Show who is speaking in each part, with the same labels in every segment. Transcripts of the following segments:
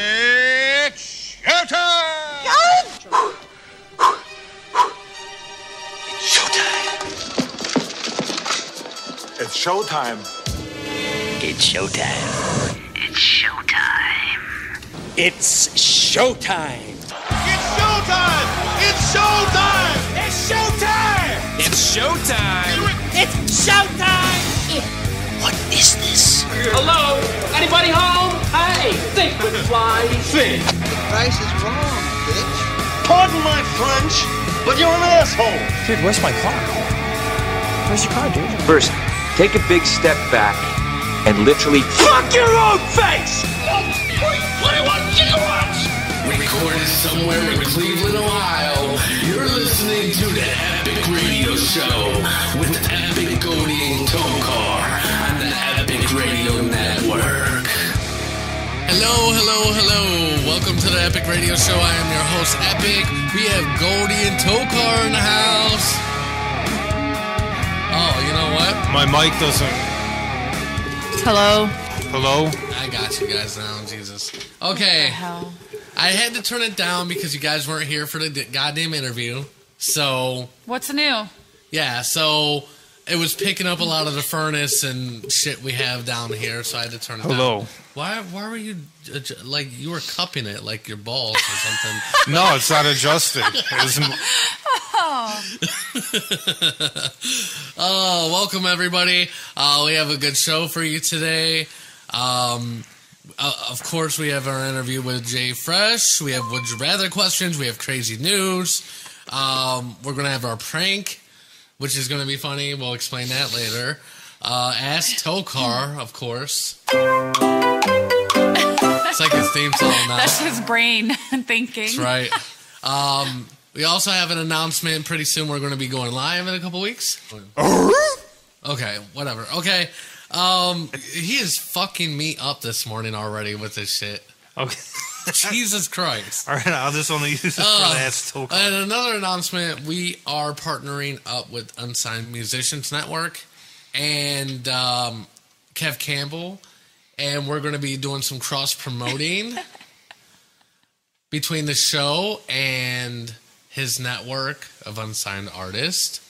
Speaker 1: It's showtime!
Speaker 2: It's showtime.
Speaker 3: It's showtime. It's showtime. It's showtime. It's showtime. It's showtime. It's showtime. It's showtime. What is this?
Speaker 4: Hello? Anybody home? Hey, think with fly. Think.
Speaker 5: price is wrong, bitch.
Speaker 6: Pardon my French, but you're an asshole.
Speaker 3: Dude, where's my car? Where's your car, dude?
Speaker 7: First, take a big step back and literally
Speaker 4: Fuck your own face! 21 gigawatts!
Speaker 8: Recorded somewhere in Cleveland, Ohio, you're listening to the Epic Radio Show with Epic Goldie and Tokar on the Epic Radio Network. Hello, hello, hello. Welcome to the Epic Radio Show. I am your host, Epic. We have Goldie and Tokar in the house. Oh, you know what?
Speaker 1: My mic doesn't.
Speaker 9: Hello.
Speaker 1: Hello?
Speaker 8: I got you guys now, Jesus. Okay.
Speaker 9: Hell.
Speaker 8: I had to turn it down because you guys weren't here for the d- goddamn interview. So,
Speaker 9: What's
Speaker 8: Uh,
Speaker 9: new?
Speaker 8: yeah, so it was picking up a lot of the furnace and shit we have down here, so I had to turn it
Speaker 1: Hello.
Speaker 8: down. Why why were you uh, j- like you were cupping it like your balls or something?
Speaker 1: No, it's not adjusted. It's,
Speaker 8: oh, welcome everybody. Uh, we have a good show for you today. Um uh, of course, we have our interview with Jay Fresh. We have Would You Rather questions. We have crazy news. Um, we're going to have our prank, which is going to be funny. We'll explain that later. Uh, ask Tokar, of course. It's like his theme song now.
Speaker 9: That's his brain thinking.
Speaker 8: That's right. Um, we also have an announcement. Pretty soon, we're going to be going live in a couple weeks. Okay, whatever. Okay, um, he is fucking me up this morning already with this shit.
Speaker 1: okay.
Speaker 8: Jesus Christ!
Speaker 1: All right, I'll just only use this for
Speaker 8: Ugh.
Speaker 1: last token.
Speaker 8: And another announcement: we are partnering up with Unsigned Musicians Network and um, Kev Campbell, and we're going to be doing some cross promoting between the show and his network of unsigned artists.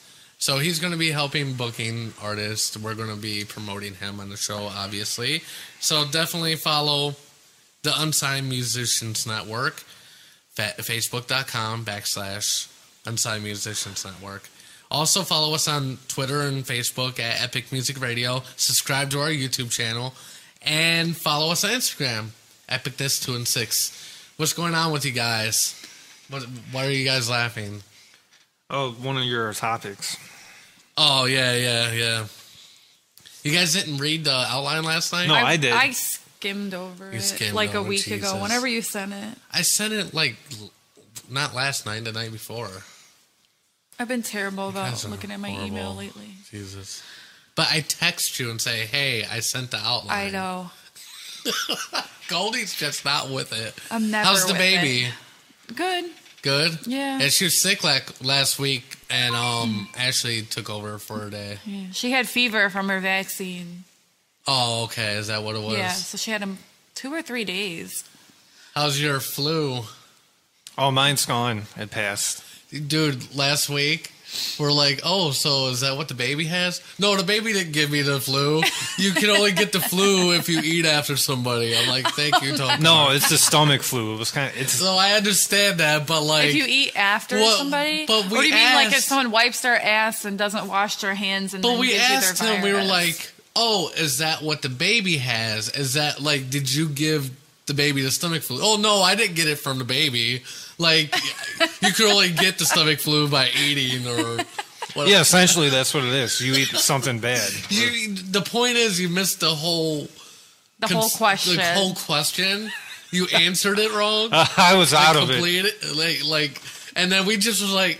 Speaker 8: So he's going to be helping booking artists. We're going to be promoting him on the show, obviously. So definitely follow the Unsigned Musicians Network, fa- facebook.com backslash Unsigned Musicians Network. Also follow us on Twitter and Facebook at Epic Music Radio. Subscribe to our YouTube channel and follow us on Instagram, Epicness Two and Six. What's going on with you guys? What, why are you guys laughing?
Speaker 1: Oh, one of your topics.
Speaker 8: Oh yeah, yeah, yeah. You guys didn't read the outline last night.
Speaker 1: No, I, did.
Speaker 9: I skimmed over it
Speaker 8: skimmed
Speaker 9: like a
Speaker 8: over,
Speaker 9: week
Speaker 8: Jesus.
Speaker 9: ago. Whenever you sent it,
Speaker 8: I sent it like l- not last night, the night before.
Speaker 9: I've been terrible
Speaker 8: guys
Speaker 9: about
Speaker 8: are
Speaker 9: looking at my email
Speaker 8: horrible.
Speaker 9: lately.
Speaker 8: Jesus. But I text you and say, "Hey, I sent the outline."
Speaker 9: I know.
Speaker 8: Goldie's just not with it.
Speaker 9: I'm never.
Speaker 8: How's the
Speaker 9: with
Speaker 8: baby?
Speaker 9: it. Good.
Speaker 8: Good.
Speaker 9: Yeah.
Speaker 8: And she was sick like last week, and um, Ashley took over for a day.
Speaker 9: Yeah. She had fever from her vaccine.
Speaker 8: Oh, okay. Is that what it was?
Speaker 9: Yeah. So she had um two or three days.
Speaker 8: How's your flu?
Speaker 1: oh, mine's gone. It passed.
Speaker 8: dude last week we're like oh so is that what the baby has no the baby didn't give me the flu you can only get the flu if you eat after somebody i'm like thank you Tom.
Speaker 1: No, Oh, it's the stomach flu. It was kind of. It's
Speaker 8: so i understand that but like
Speaker 9: If you eat after
Speaker 8: Well,
Speaker 9: somebody,
Speaker 8: but we
Speaker 9: or do you mean like if
Speaker 8: asked-
Speaker 9: someone wipes their ass and doesn't wash their hands and
Speaker 8: but
Speaker 9: then
Speaker 8: we
Speaker 9: gives
Speaker 8: asked
Speaker 9: you their
Speaker 8: him we were
Speaker 9: virus?
Speaker 8: like oh is that what the baby has is that like did you give the baby the stomach flu oh no i didn't get it from the baby like you could only get the stomach flu by eating or whatever.
Speaker 1: yeah, essentially that's what it is. You eat something bad.
Speaker 8: you, the point is you missed the whole
Speaker 9: the whole
Speaker 8: cons-
Speaker 9: question.
Speaker 8: The whole question. You answered it wrong.
Speaker 1: I was out of it.
Speaker 8: completed like like and then we just was like,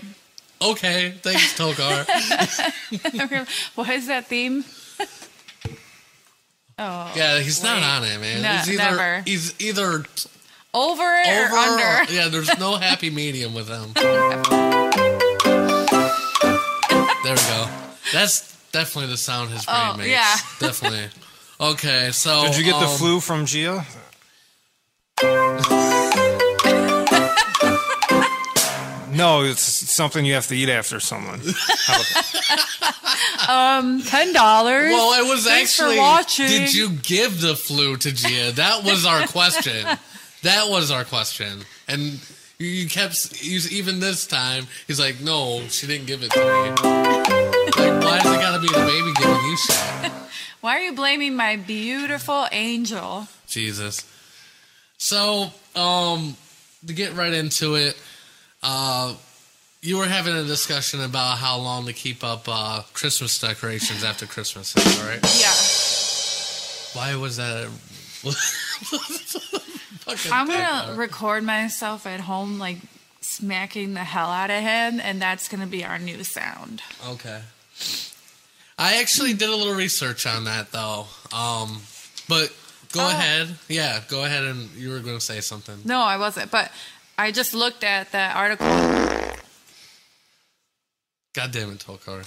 Speaker 8: Okay, thanks, Tokar.
Speaker 9: what is that theme?
Speaker 8: yeah, he's not
Speaker 9: Wait.
Speaker 8: on it, man.
Speaker 9: No,
Speaker 8: he's either
Speaker 9: never.
Speaker 8: he's either over
Speaker 9: Over it or under?
Speaker 8: yeah, there's no happy medium with him. there we go. That's definitely the sound his brain
Speaker 9: Oh,
Speaker 8: makes.
Speaker 9: yeah.
Speaker 8: Definitely. Okay, so
Speaker 1: Did you get the
Speaker 8: um,
Speaker 1: flu from Gia? No, it's something you have to eat after someone.
Speaker 9: Um, ten dollars.
Speaker 8: Well, it was
Speaker 9: Thanks
Speaker 8: actually.
Speaker 9: For watching.
Speaker 8: Did you give the flu to Gia? That was our question. that was our question, and you- you kept you, even this time. He's like, "No, she didn't give it to me." like, why does it gotta be the baby giving you shit?
Speaker 9: Why are you blaming my beautiful angel?
Speaker 8: Jesus. So, um, to get right into it, uh, you were having a discussion about how long to keep up uh, Christmas decorations after Christmas, all right?
Speaker 9: Yeah.
Speaker 8: Why was that? A... Fucking
Speaker 9: I'm
Speaker 8: thing.
Speaker 9: gonna record myself at home like smacking the hell out of him, and that's gonna be our new sound.
Speaker 8: Okay. I actually did a little research on that though. Um, but go ahead. Yeah, go ahead and you were going to say something.
Speaker 9: No, I wasn't, but I just looked at that article.
Speaker 8: God damn it, Tolkar.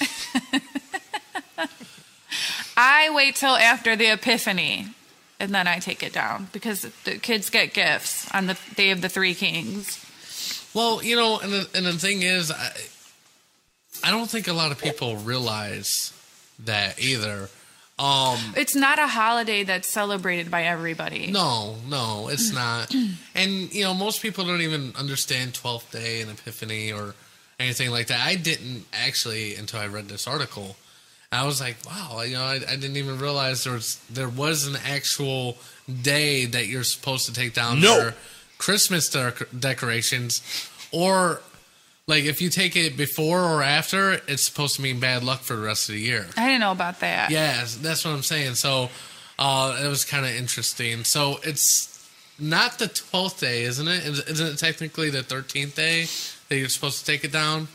Speaker 9: I wait till after the Epiphany, and then I take it down because the kids get gifts on the day of the Three Kings.
Speaker 8: Well, you know, and the, and the thing is, I, I don't think a lot of people realize that either. Um,
Speaker 9: It's not a holiday that's celebrated by everybody.
Speaker 8: no, no, it's not. And you know, most people don't even understand Twelfth Day and Epiphany or anything like that. I didn't actually until I read this article. I was like, wow, you know, I, I didn't even realize there was there was an actual day that you're supposed to take down
Speaker 10: No.
Speaker 8: your Christmas dec- decorations, or like if you take it before or after, it's supposed to mean bad luck for the rest of the year.
Speaker 9: I didn't know about that.
Speaker 8: Yeah, that's what I'm saying. So uh, it was kind of interesting. So it's not the twelfth day, isn't it? Is- Isn't it technically the thirteenth day that you're supposed to take it down,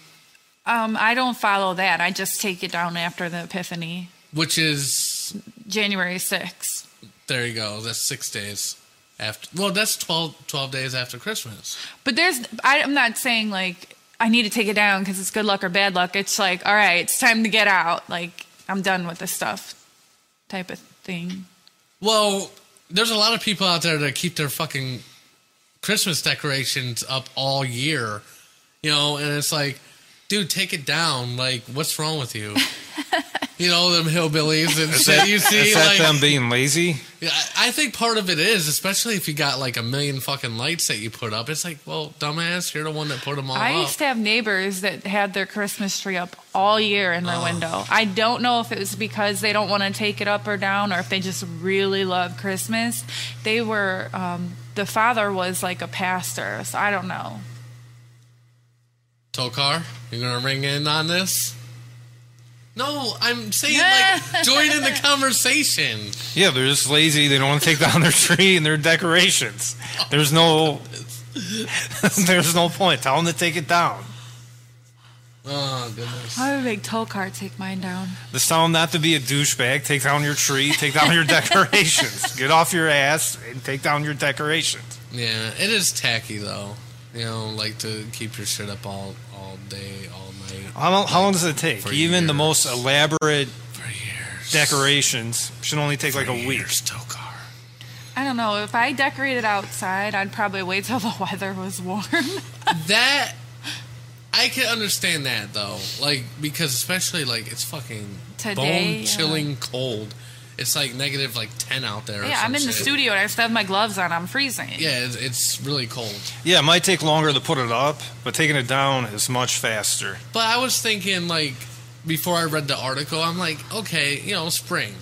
Speaker 9: Um, I don't follow that. I just take it down after the Epiphany,
Speaker 8: which is
Speaker 9: January 6th.
Speaker 8: there you go. That's six days after. Well, that's 12, 12 days after Christmas.
Speaker 9: But there's, I, I'm not saying like I need to take it down because it's good luck or bad luck. It's like, all right, it's time to get out. Like I'm done with this stuff, type of thing.
Speaker 8: Well, there's a lot of people out there that keep their fucking Christmas decorations up all year, you know, and it's like, dude, take it down. Like, what's wrong with you? you know, them hillbillies and shit. You see,
Speaker 1: Is that
Speaker 8: like,
Speaker 1: them being lazy?
Speaker 8: I I think part of it is, especially if you got like a million fucking lights that you put up. It's like, well, dumbass, you're the one that put them all
Speaker 9: I
Speaker 8: up.
Speaker 9: used to have neighbors that had their Christmas tree up all year in their window. I don't know if it was because they don't want to take it up or down or if they just really love Christmas. They were, um, the father was like a pastor, so I don't know.
Speaker 8: Tokar, you gonna ring in on this? No, I'm saying like join in the conversation.
Speaker 1: Yeah, they're just lazy. They don't want to take down their tree and their decorations. There's no, there's no point. Tell them to take it down.
Speaker 8: Oh goodness.
Speaker 9: I would make Tolkart take mine down.
Speaker 1: Just tell them not to be a douchebag. Take down your tree. Take down your decorations. Get off your ass and take down your decorations.
Speaker 8: Yeah, it is tacky though. You know, like to keep your shit up all all day, all night.
Speaker 1: How long, how long does it take?
Speaker 8: For
Speaker 1: Even the most
Speaker 8: years.
Speaker 1: elaborate
Speaker 8: For years.
Speaker 1: decorations should only take like
Speaker 8: For
Speaker 1: a week.
Speaker 8: years, Tokar.
Speaker 9: I don't know. If I decorated outside, I'd probably wait till the weather was warm.
Speaker 8: That I can understand that though. Like because especially like it's fucking
Speaker 9: Today,
Speaker 8: bone
Speaker 9: yeah.
Speaker 8: chilling cold. It's like negative like ten out there. or
Speaker 9: yeah, I'm
Speaker 8: some
Speaker 9: in the
Speaker 8: shit.
Speaker 9: studio and I still have my gloves on. I'm freezing.
Speaker 8: Yeah, it's, it's really cold.
Speaker 1: Yeah, it might take longer to put it up, but taking it down is much faster.
Speaker 8: But I was thinking, like, before I read the article, I'm like, okay, you know, spring.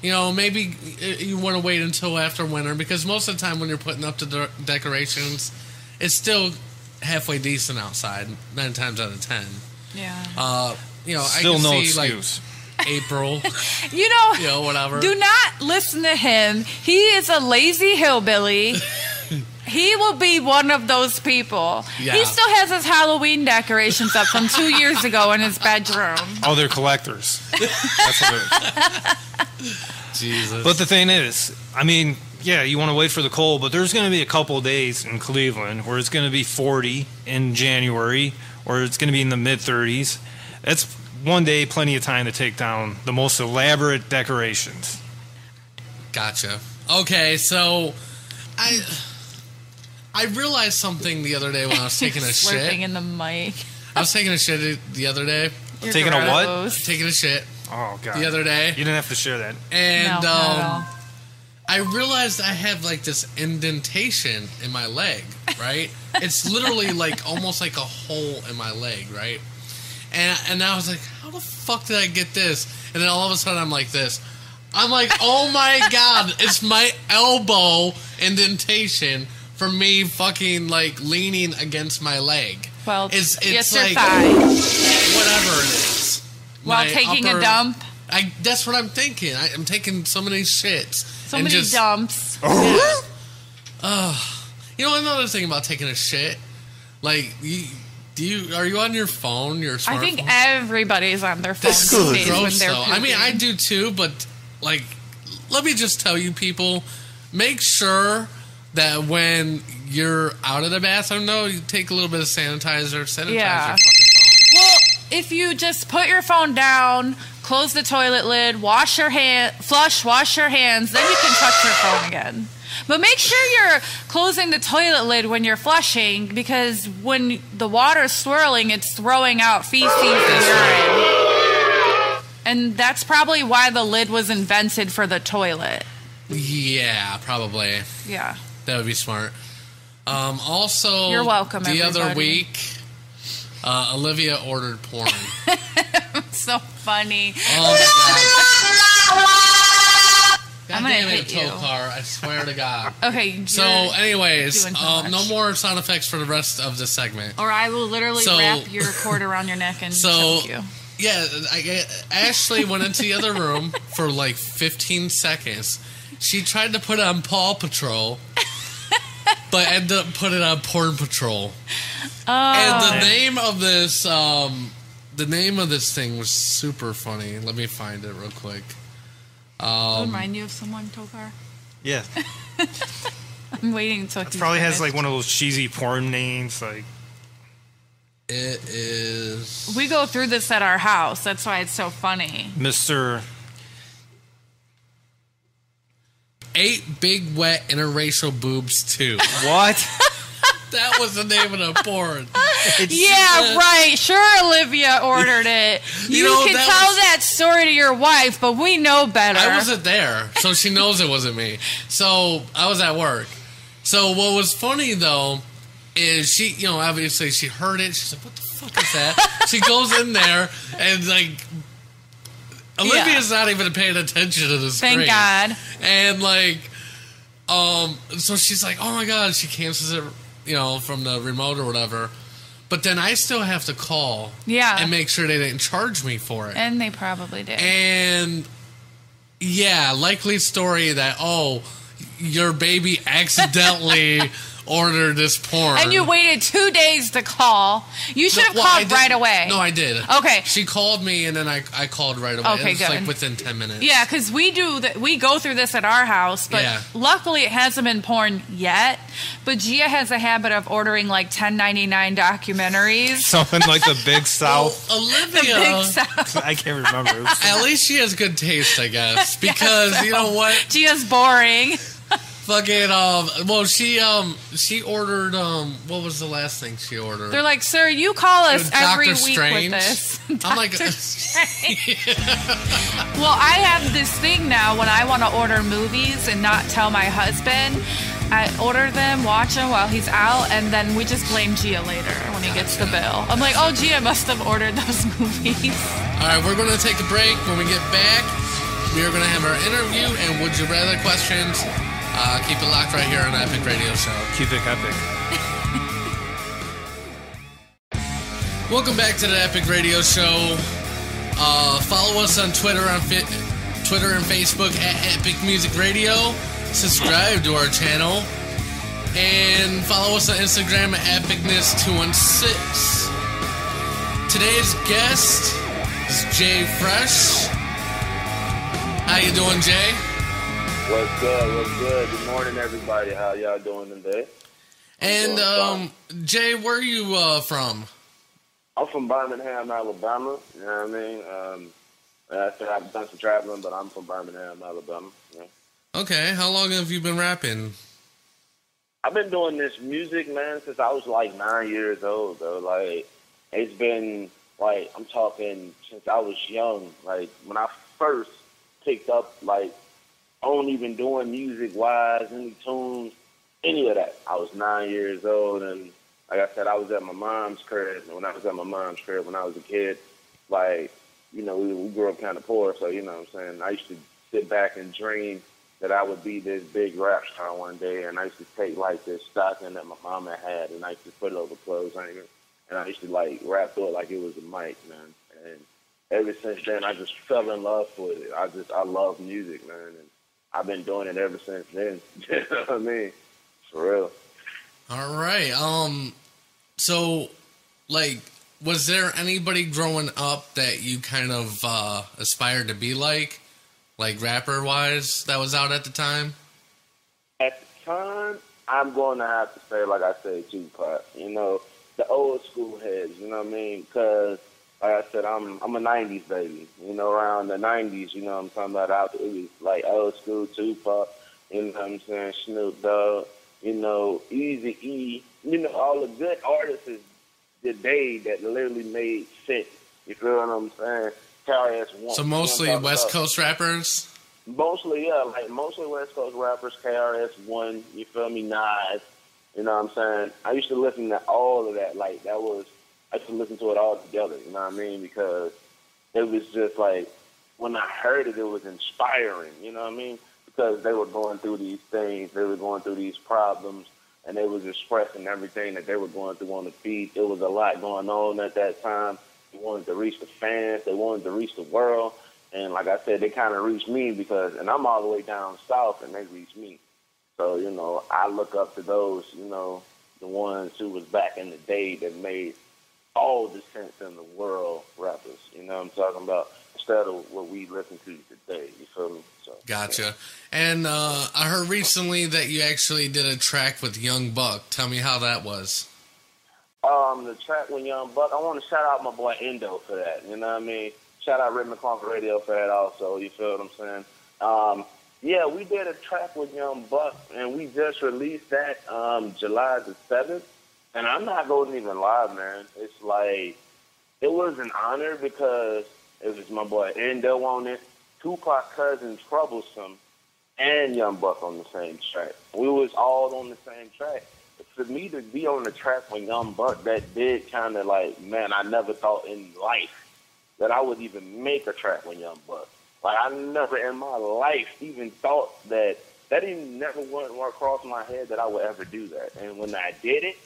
Speaker 8: You know, maybe uh, you want to wait until after winter because most of the time when you're putting up the de- decorations, it's still halfway decent outside, nine times out of ten.
Speaker 9: Yeah.
Speaker 8: Uh, you know, I
Speaker 1: Still
Speaker 8: can
Speaker 1: no
Speaker 8: see,
Speaker 1: excuse.
Speaker 8: like, April,
Speaker 9: You know,
Speaker 8: you know, whatever.
Speaker 9: do not listen to him. He is a lazy hillbilly. he will be one of those people.
Speaker 8: Yeah.
Speaker 9: He still has his Halloween decorations up from two years ago in his bedroom.
Speaker 1: Oh, they're collectors. That's what it is.
Speaker 8: Jesus.
Speaker 1: But the thing is, I mean, yeah, you want to wait for the cold, but there's going to be a couple of days in Cleveland where it's going to be 40 in January or it's going to be in the mid 30s. That's one day, plenty of time to take down the most elaborate decorations.
Speaker 8: Gotcha. Okay, so I I realized something the other day when I was taking a
Speaker 9: Slurping
Speaker 8: shit.
Speaker 9: in the mic.
Speaker 8: I was taking a shit the other day.
Speaker 9: You're
Speaker 1: Taking a what?
Speaker 9: gross.
Speaker 8: Taking a shit
Speaker 1: Oh god.
Speaker 8: the other day.
Speaker 1: You didn't have to share that.
Speaker 8: And
Speaker 9: no, not at all.
Speaker 8: um, I realized I have like this indentation in my leg, right? it's literally like almost like a hole in my leg, right? And and I was like, how the fuck did I get this? And then all of a sudden I'm like this. I'm like, oh my god, it's my elbow indentation from me fucking like leaning against my leg.
Speaker 9: Well,
Speaker 8: it's it's
Speaker 9: yes,
Speaker 8: like
Speaker 9: your thigh.
Speaker 8: whatever it is.
Speaker 9: While
Speaker 8: My
Speaker 9: taking
Speaker 8: upper-
Speaker 9: a dump,
Speaker 8: I that's what I'm thinking. I, I'm taking so many shits.
Speaker 9: so
Speaker 8: and
Speaker 9: many
Speaker 8: just- Oh,
Speaker 9: dumps.
Speaker 8: You know another thing about taking a shit, like you, do you are you on your phone? Your smartphone?
Speaker 9: I think everybody's on their phone
Speaker 8: That's
Speaker 9: these days when
Speaker 8: gross
Speaker 9: they're
Speaker 8: though. I mean, I
Speaker 9: pooping.
Speaker 8: do too, but like, let me just tell you, people, make sure that when you're out of the bathroom, though, you take a little bit of sanitizer. Sanitize
Speaker 9: Yeah.
Speaker 8: your fucking
Speaker 9: Well, if you just put your phone down, close the toilet lid, wash your hand, flush, wash your hands, then you can touch your phone again. But make sure you're closing the toilet lid when you're flushing because when the water's swirling, it's throwing out feces and urine. And that's probably why the lid was invented for the toilet.
Speaker 8: phone. Yeah, probably.
Speaker 9: Yeah.
Speaker 8: That would be smart. Um, also,
Speaker 9: You're welcome,
Speaker 8: The other
Speaker 9: everybody.
Speaker 8: week, uh, Olivia ordered porn.
Speaker 9: So funny.
Speaker 8: oh my god! God
Speaker 9: I'm gonna
Speaker 8: damn it,
Speaker 9: hit you.
Speaker 8: tow car! I swear to God.
Speaker 9: Okay.
Speaker 8: So,
Speaker 9: you're-
Speaker 8: anyways,
Speaker 9: doing too
Speaker 8: um, no
Speaker 9: much.
Speaker 8: more sound effects for the rest of the segment.
Speaker 9: or I will literally
Speaker 8: So-
Speaker 9: wrap your cord around your neck and
Speaker 8: So,
Speaker 9: choke you.
Speaker 8: yeah, I, I- Ashley went into the other room for like 15 seconds. She tried to put on Paw Patrol, but ended up putting on Porn Patrol. And the name of this, um, the name of this thing was super funny. Let me find it real quick. um,
Speaker 9: Remind you of someone, Tokar?
Speaker 1: Yeah.
Speaker 9: I'm waiting until he's
Speaker 1: Probably has like
Speaker 9: finished.
Speaker 1: one of those cheesy porn names like
Speaker 8: It is.
Speaker 9: We go through this at our house. That's why it's so funny.
Speaker 1: Mr.
Speaker 8: Eight Big Wet Interracial Boobs 2.
Speaker 1: What?
Speaker 8: That was the name of the porn.
Speaker 9: yeah, right. Sure, Olivia ordered it. You,
Speaker 8: know,
Speaker 9: can
Speaker 8: that
Speaker 9: tell
Speaker 8: was-
Speaker 9: that story to your wife, but we know better.
Speaker 8: I wasn't there, so she knows it wasn't me. So I was at work. So what was funny though is she, you know, obviously she heard it. She's like, "What the fuck is that?" she goes in there and like. Olivia's not even paying attention to the screen.
Speaker 9: Thank God.
Speaker 8: And like, um, so she's like, "Oh my god!" She cancels it, you know, from the remote or whatever. But then I still have to call,
Speaker 9: Yeah.
Speaker 8: and make sure they didn't charge me for it.
Speaker 9: And they probably did.
Speaker 8: And yeah, likely story that oh, your baby accidentally ordered this porn,
Speaker 9: And you waited two days to call. You should have called right away.
Speaker 8: No, I did.
Speaker 9: Okay.
Speaker 8: she called me and then I I called right away.
Speaker 9: Okay,
Speaker 8: it was like
Speaker 9: good.
Speaker 8: within ten minutes.
Speaker 9: Yeah, because we do that. We go through this at our house, but
Speaker 8: Yeah.
Speaker 9: luckily it hasn't been porn yet. But Gia has a habit of ordering like 10.99 documentaries.
Speaker 1: Something like the Big
Speaker 8: Well,
Speaker 1: South.
Speaker 8: Olivia.
Speaker 9: Big South.
Speaker 1: I can't remember. It was-
Speaker 8: At least she has good taste, I guess, because you know what?
Speaker 9: Gia's boring.
Speaker 8: Fucking um. Well, she um she ordered um. What was the last thing she ordered?
Speaker 9: They're like, sir, you call us
Speaker 8: Doctor
Speaker 9: every week
Speaker 8: Strange.
Speaker 9: with this.
Speaker 8: I'm like,
Speaker 9: Well, I have this thing now when I want to order movies and not tell my husband. I order them, watch them while he's out, and then we just blame Gia later when he gets the bill. I'm like, oh, Gia must have ordered those movies.
Speaker 8: All right, we're going to take a break. When we get back, we are going to have our interview and would you rather questions. Uh, keep it locked right here on Epic Radio Show.
Speaker 1: Keep it epic.
Speaker 8: Welcome back to the Epic Radio Show. Uh, follow us on Twitter on fi- Twitter and Facebook at Epic Music Radio. Subscribe to our channel and follow us on Instagram at Epicness216. Today's guest is Jay Fresh. How you doing, Jay?
Speaker 10: What's good? What's good? Good morning, everybody. How y'all doing today?
Speaker 8: And um, Jay, where are you uh, from?
Speaker 10: I'm from Birmingham, Alabama. You know what I mean? Um, like I said I've done some traveling, but I'm from Birmingham, Alabama. You know?
Speaker 8: Okay, how long have you been rapping?
Speaker 10: I I've been doing this music, man, since I was like nine years old, though. Like, it's been, like, I'm talking since I was young. Like, when I first picked up, like, only been doing music wise, any tunes, any of that. I was nine years old, and like I said, I was at my mom's crib. And when I was at my mom's crib when I was a kid, like, you know, we, we grew up kind of poor, so, you know what I'm saying? I used to sit back and dream that I would be this big rap star one day, and I used to take like this stocking that my mama had, and I used to put it over clothes hanger, and I used to like rap through it like it was a mic, man. And ever since then, I just fell in love with it. I just I love music, man, and I've been doing it ever since then. you know what I mean? For real.
Speaker 8: All right. Um. So, like, was there anybody growing up that you kind of uh, aspired to be like, like rapper wise, that was out at the time?
Speaker 10: At the time, I'm going to have to say, like I said, Tupac. You know, the old school heads. You know what I mean? Because, like I said, I'm I'm a '90s baby. You know, around the '90s. You know, what I'm talking about out. It was like old school Tupac. You know what I'm saying? Snoop Dogg. You know, Easy E. You know, all the good artists is today that literally made sense. You feel what I'm saying? Carry us one.
Speaker 8: So mostly
Speaker 10: one
Speaker 8: West
Speaker 10: up.
Speaker 8: Coast rappers.
Speaker 10: Mostly, yeah, like mostly West Coast rappers, KRS One, you feel me, Nas, you know what I'm saying? I used to listen to all of that, like that was I used to listen to it all together, you know what I mean? Because it was just like when I heard it it was inspiring, you know what I mean? Because they were going through these things, they were going through these problems and they was expressing everything that they were going through on the feed. It was a lot going on at that time. They wanted to reach the fans, they wanted to reach the world. And like I said, they kind of reached me because, and I'm all the way down south, and they reached me. So you know, I look up to those, you know, the ones who was back in the day that made all the sense in the world rappers. You know, what I'm talking about instead of what we listen to today. You feel me? So
Speaker 8: Gotcha. And uh, I heard recently that you actually did a track with Young Buck. Tell me how that was.
Speaker 10: Um, the track with Young Buck, I want to shout out my boy Endo for that. You know what I mean? Shout out Rick McConk Radio for that also. You feel what I'm saying? Um, yeah, we did a track with Young Buck, and we just released that um, July the seventh. And I'm not going to even lie, man. It's like it was an honor because it was my boy Endo on it, Tupac cousin Troublesome, and Young Buck on the same track. We was all on the same track. For me to be on the track with Young Buck, that did kind of like, man, I never thought in life that I would even make a track with Young Buck. Like I never in my life even thought that that even never went went across my head that I would ever do that. And when I did it,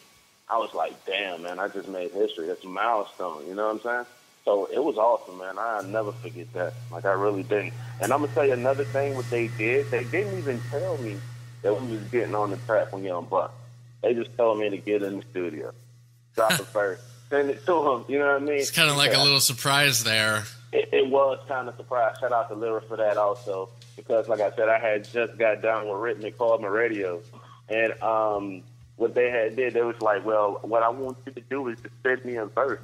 Speaker 10: I was like, damn, man, I just made history. That's a milestone. You know what I'm saying? So it was awesome, man. I'll never forget that. Like, I really didn't. And I'm going to tell you another thing what they did. They didn't even tell me that we was getting on the track when Young Buck. They just told me to get in the studio. Drop it first. Send it to them. You know what I mean?
Speaker 8: It's kind of like a
Speaker 10: Yeah.
Speaker 8: little surprise there.
Speaker 10: It, it was kind of surprised. Shout out to Lyra for that also, because like I said, I had just got down with Rhythmic called my radio, and um, what they had did, they was like, well, what I want you to do is to send me a verse.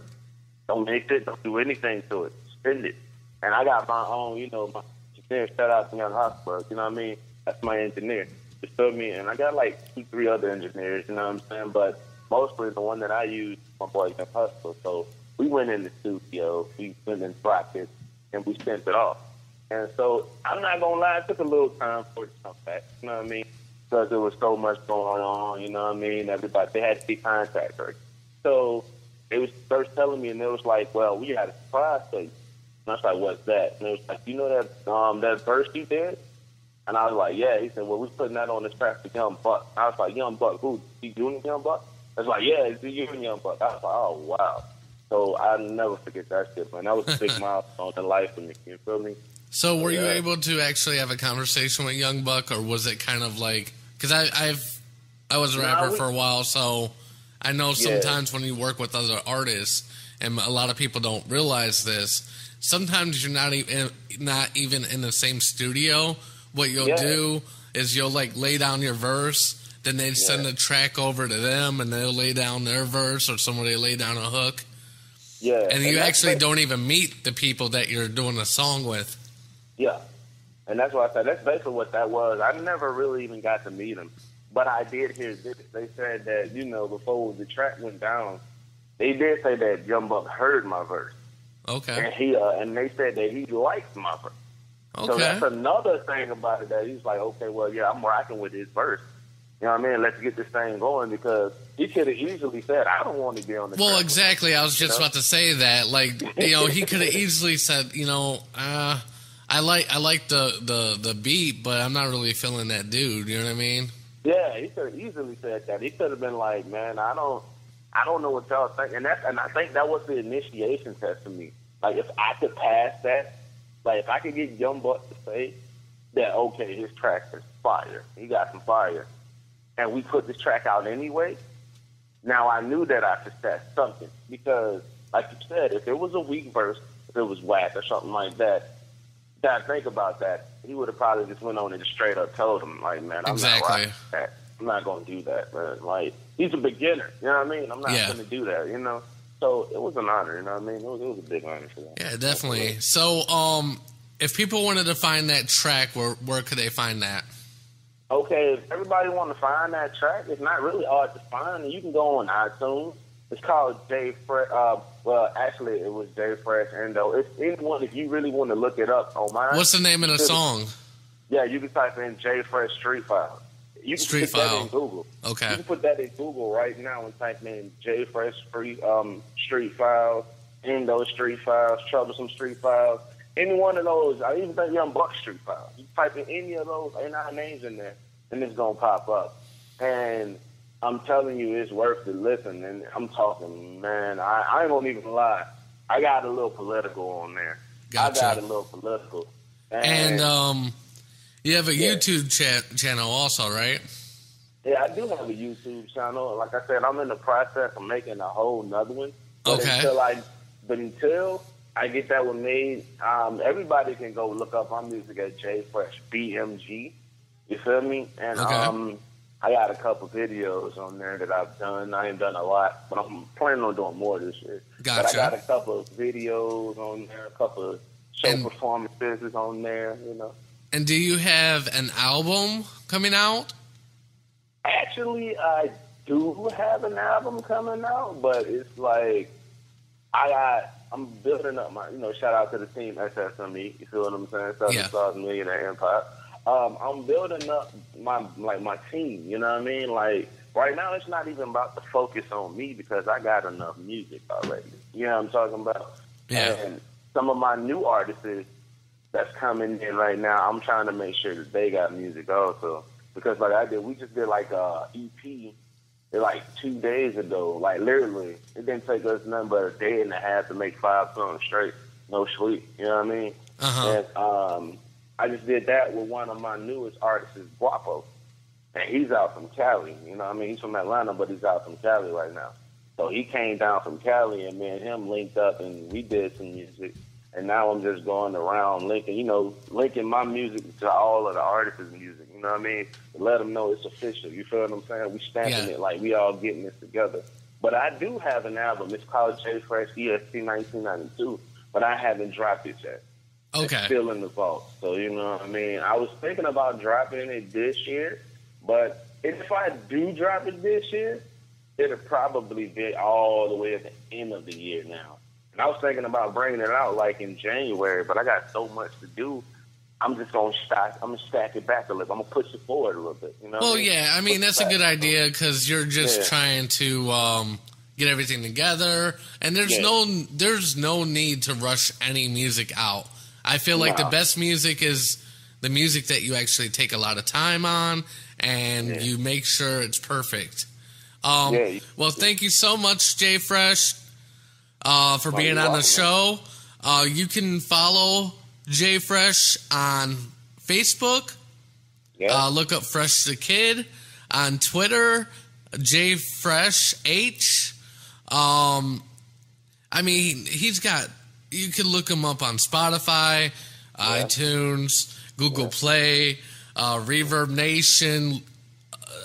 Speaker 10: Don't mix it. Don't do anything to it. Send it. And I got my own, you know, my engineer. Shout out to Young Hotspur. You know what I mean? That's my engineer. You feel me? And I got like two, three other engineers. You know what I'm saying? But mostly the one that I use, my boy Young Hustler. So we went in the studio. We went and dropped it, and we sent it off. And so I'm not gonna lie, it took a little time for it to come back. You know what I mean? Because there was so much going on. You know what I mean? Everybody they had to be contractors. So they was first telling me, and they was like, "Well, we got a surprise for you." And I was like, "What's that?" And they was like, "You know that um that verse you did?" And I was like, "Yeah." He said, "Well, we're putting that on this track for Young Buck." I was like, "Young Buck, who? D Junior Young Buck?" I was like, "Yeah, it's D Junior Young Buck." I was like, "Oh wow." So I will never forget that shit, man. That was a big milestone in life for me. You feel me?
Speaker 8: So were you
Speaker 10: Yeah.
Speaker 8: able to actually have a conversation with Young Buck, or was it kind of like because I I've I was a
Speaker 10: No,
Speaker 8: rapper
Speaker 10: we-
Speaker 8: for a while, so I know
Speaker 10: Yeah.
Speaker 8: sometimes when you work with other artists, and a lot of people don't realize this. Sometimes you're not even not even in the same studio. What you'll
Speaker 10: Yeah.
Speaker 8: do is you'll like lay down your verse, then they send the track over to them, and they'll lay down their verse, or somebody lay down a hook,
Speaker 10: Yeah.
Speaker 8: and you
Speaker 10: that's
Speaker 8: actually
Speaker 10: like-
Speaker 8: don't even meet the people that you're doing a song with.
Speaker 10: Yeah. And that's why I said that's basically what that was. I never really even got to meet him. But I did hear this. They said that, you know, before the track went down, they did say that Young Buck heard my verse. And
Speaker 8: Okay.
Speaker 10: he uh, and they said that he liked my verse. So
Speaker 8: Okay.
Speaker 10: that's another thing about it that he's like, okay, well, yeah, I'm rocking with his verse. You know what I mean? Let's get this thing going because he could have easily said, I don't want to be on the
Speaker 8: Well,
Speaker 10: track.
Speaker 8: exactly. I was
Speaker 10: You
Speaker 8: just
Speaker 10: know?
Speaker 8: about to say that. Like, you know, he could have easily said, you know, uh, I like I like the, the the beat, but I'm not really feeling that dude. You know what I mean?
Speaker 10: Yeah, he could have easily said that. He could have been like, "Man, I don't, I don't know what y'all think," and that's and I think that was the initiation test for me. Like, if I could pass that, like if I could get Young Buck to say that, okay, his track is fire. He got some fire, and we put this track out anyway. Now I knew that I success something because, like you said, if it was a weak verse, if it was whack or something like that, that I think about that, he would have probably just went on and just straight up told him, like, man, I'm
Speaker 8: Exactly.
Speaker 10: not rocking with that. I'm not gonna do that, man. Like he's a beginner, you know what I mean? I'm not
Speaker 8: Yeah.
Speaker 10: gonna do that, you know. So it was an honor, you know what I mean? It was, it was a big honor for that.
Speaker 8: Yeah, definitely. So, um, if people wanted to find that track, where where could they find that?
Speaker 10: Okay, if everybody want to find that track, it's not really hard to find. You can go on iTunes. It's called Jay Fresh. Uh, well, actually, it was Jay Fresh Endo. It's anyone if you really want to look it up on mine.
Speaker 8: What's the name of the song?
Speaker 10: Yeah, you can type in Jay Fresh Street File. You can
Speaker 8: Street
Speaker 10: put that
Speaker 8: File.
Speaker 10: in Google. You
Speaker 8: Okay.
Speaker 10: can put that in Google right now and type in J Fresh Street um Street Files, Endo Street Files, Troublesome Street Files, any one of those. I even think Young Buck Street Files. You type in any of those and our names in there, and it's gonna pop up. And I'm telling you, it's worth the listen. And I'm talking, man, I, I ain't gonna even lie. I got a little political on there. I got
Speaker 8: Gotcha.
Speaker 10: a little political. uh,
Speaker 8: And um, you have a YouTube cha- channel also, right?
Speaker 10: Yeah, I do have a YouTube channel. Like I said, I'm in the process of making a whole nother one. But
Speaker 8: Okay.
Speaker 10: Until I, but until I get that one made, um, everybody can go look up my music at J Fresh BMG. You feel me? And
Speaker 8: Okay.
Speaker 10: um, I got a couple videos on there that I've done. I ain't done a lot, but I'm planning on doing more this year. But I
Speaker 8: Gotcha.
Speaker 10: got a couple of videos on there, a couple of show performances on there. You know.
Speaker 8: And do you have an album coming out?
Speaker 10: Actually, I do have an album coming out, but it's like I got. I'm building up my, you know, shout out to the team SSME. E, You feel what I'm saying? Southern
Speaker 8: Yeah.
Speaker 10: Stars Millionaire Empire. Um, I'm building up my like my team. You know what I mean? Like right now, it's not even about the focus on me because I got enough music already. You know what I'm talking about?
Speaker 8: Yeah.
Speaker 10: And some of my new artists that's coming in right now, I'm trying to make sure that they got music also. Because like I did, we just did like a EP like two days ago. Like literally, it didn't take us nothing but a day and a half to make five songs straight, no sleep. You know what I mean?
Speaker 8: Uh
Speaker 10: And um, I just did that with one of my newest artists, is Guapo, and he's out from Cali. You know what I mean? He's from Atlanta, but he's out from Cali right now. So he came down from Cali, and me and him linked up, and we did some music. And now I'm just going around linking, you know, linking my music to all of the artists' music. You know what I mean? Let them know it's official. You feel what I'm saying? We stamping
Speaker 8: Yeah.
Speaker 10: it like we all getting this together. But I do have an album. It's called J Fresh E EST 1992, but I haven't dropped it yet.
Speaker 8: huh.
Speaker 10: It's
Speaker 8: Okay.
Speaker 10: still in the vault. So you know what I mean? I was thinking about dropping it this year, but if I do drop it this year, it'll probably be all the way at the end of the year now. And I was thinking about bringing it out like in January, but I got so much to do. I'm just gonna stack. I'm gonna stack it back a little. I'm gonna push it forward a little bit. You know? what
Speaker 8: Well,
Speaker 10: I mean?
Speaker 8: yeah. I
Speaker 10: Push
Speaker 8: mean,
Speaker 10: it
Speaker 8: that's a
Speaker 10: back.
Speaker 8: good idea because you're just
Speaker 10: Yeah.
Speaker 8: trying to um, get everything together, and there's
Speaker 10: Yeah.
Speaker 8: no there's no need to rush any music out. I feel like
Speaker 10: Nah.
Speaker 8: the best music is the music that you actually take a lot of time on, and you make sure it's perfect. Um,
Speaker 10: Yeah.
Speaker 8: Well, thank you so much, Jay Fresh, uh, for being
Speaker 10: you're
Speaker 8: on the show.
Speaker 10: welcome,
Speaker 8: Uh, you can follow Jay Fresh on Facebook.
Speaker 10: Yeah.
Speaker 8: Uh, look up Fresh the Kid on Twitter, J Fresh H. Um, I mean, he's got. You can look him up on Spotify, iTunes, Google Play, uh, Reverb Nation,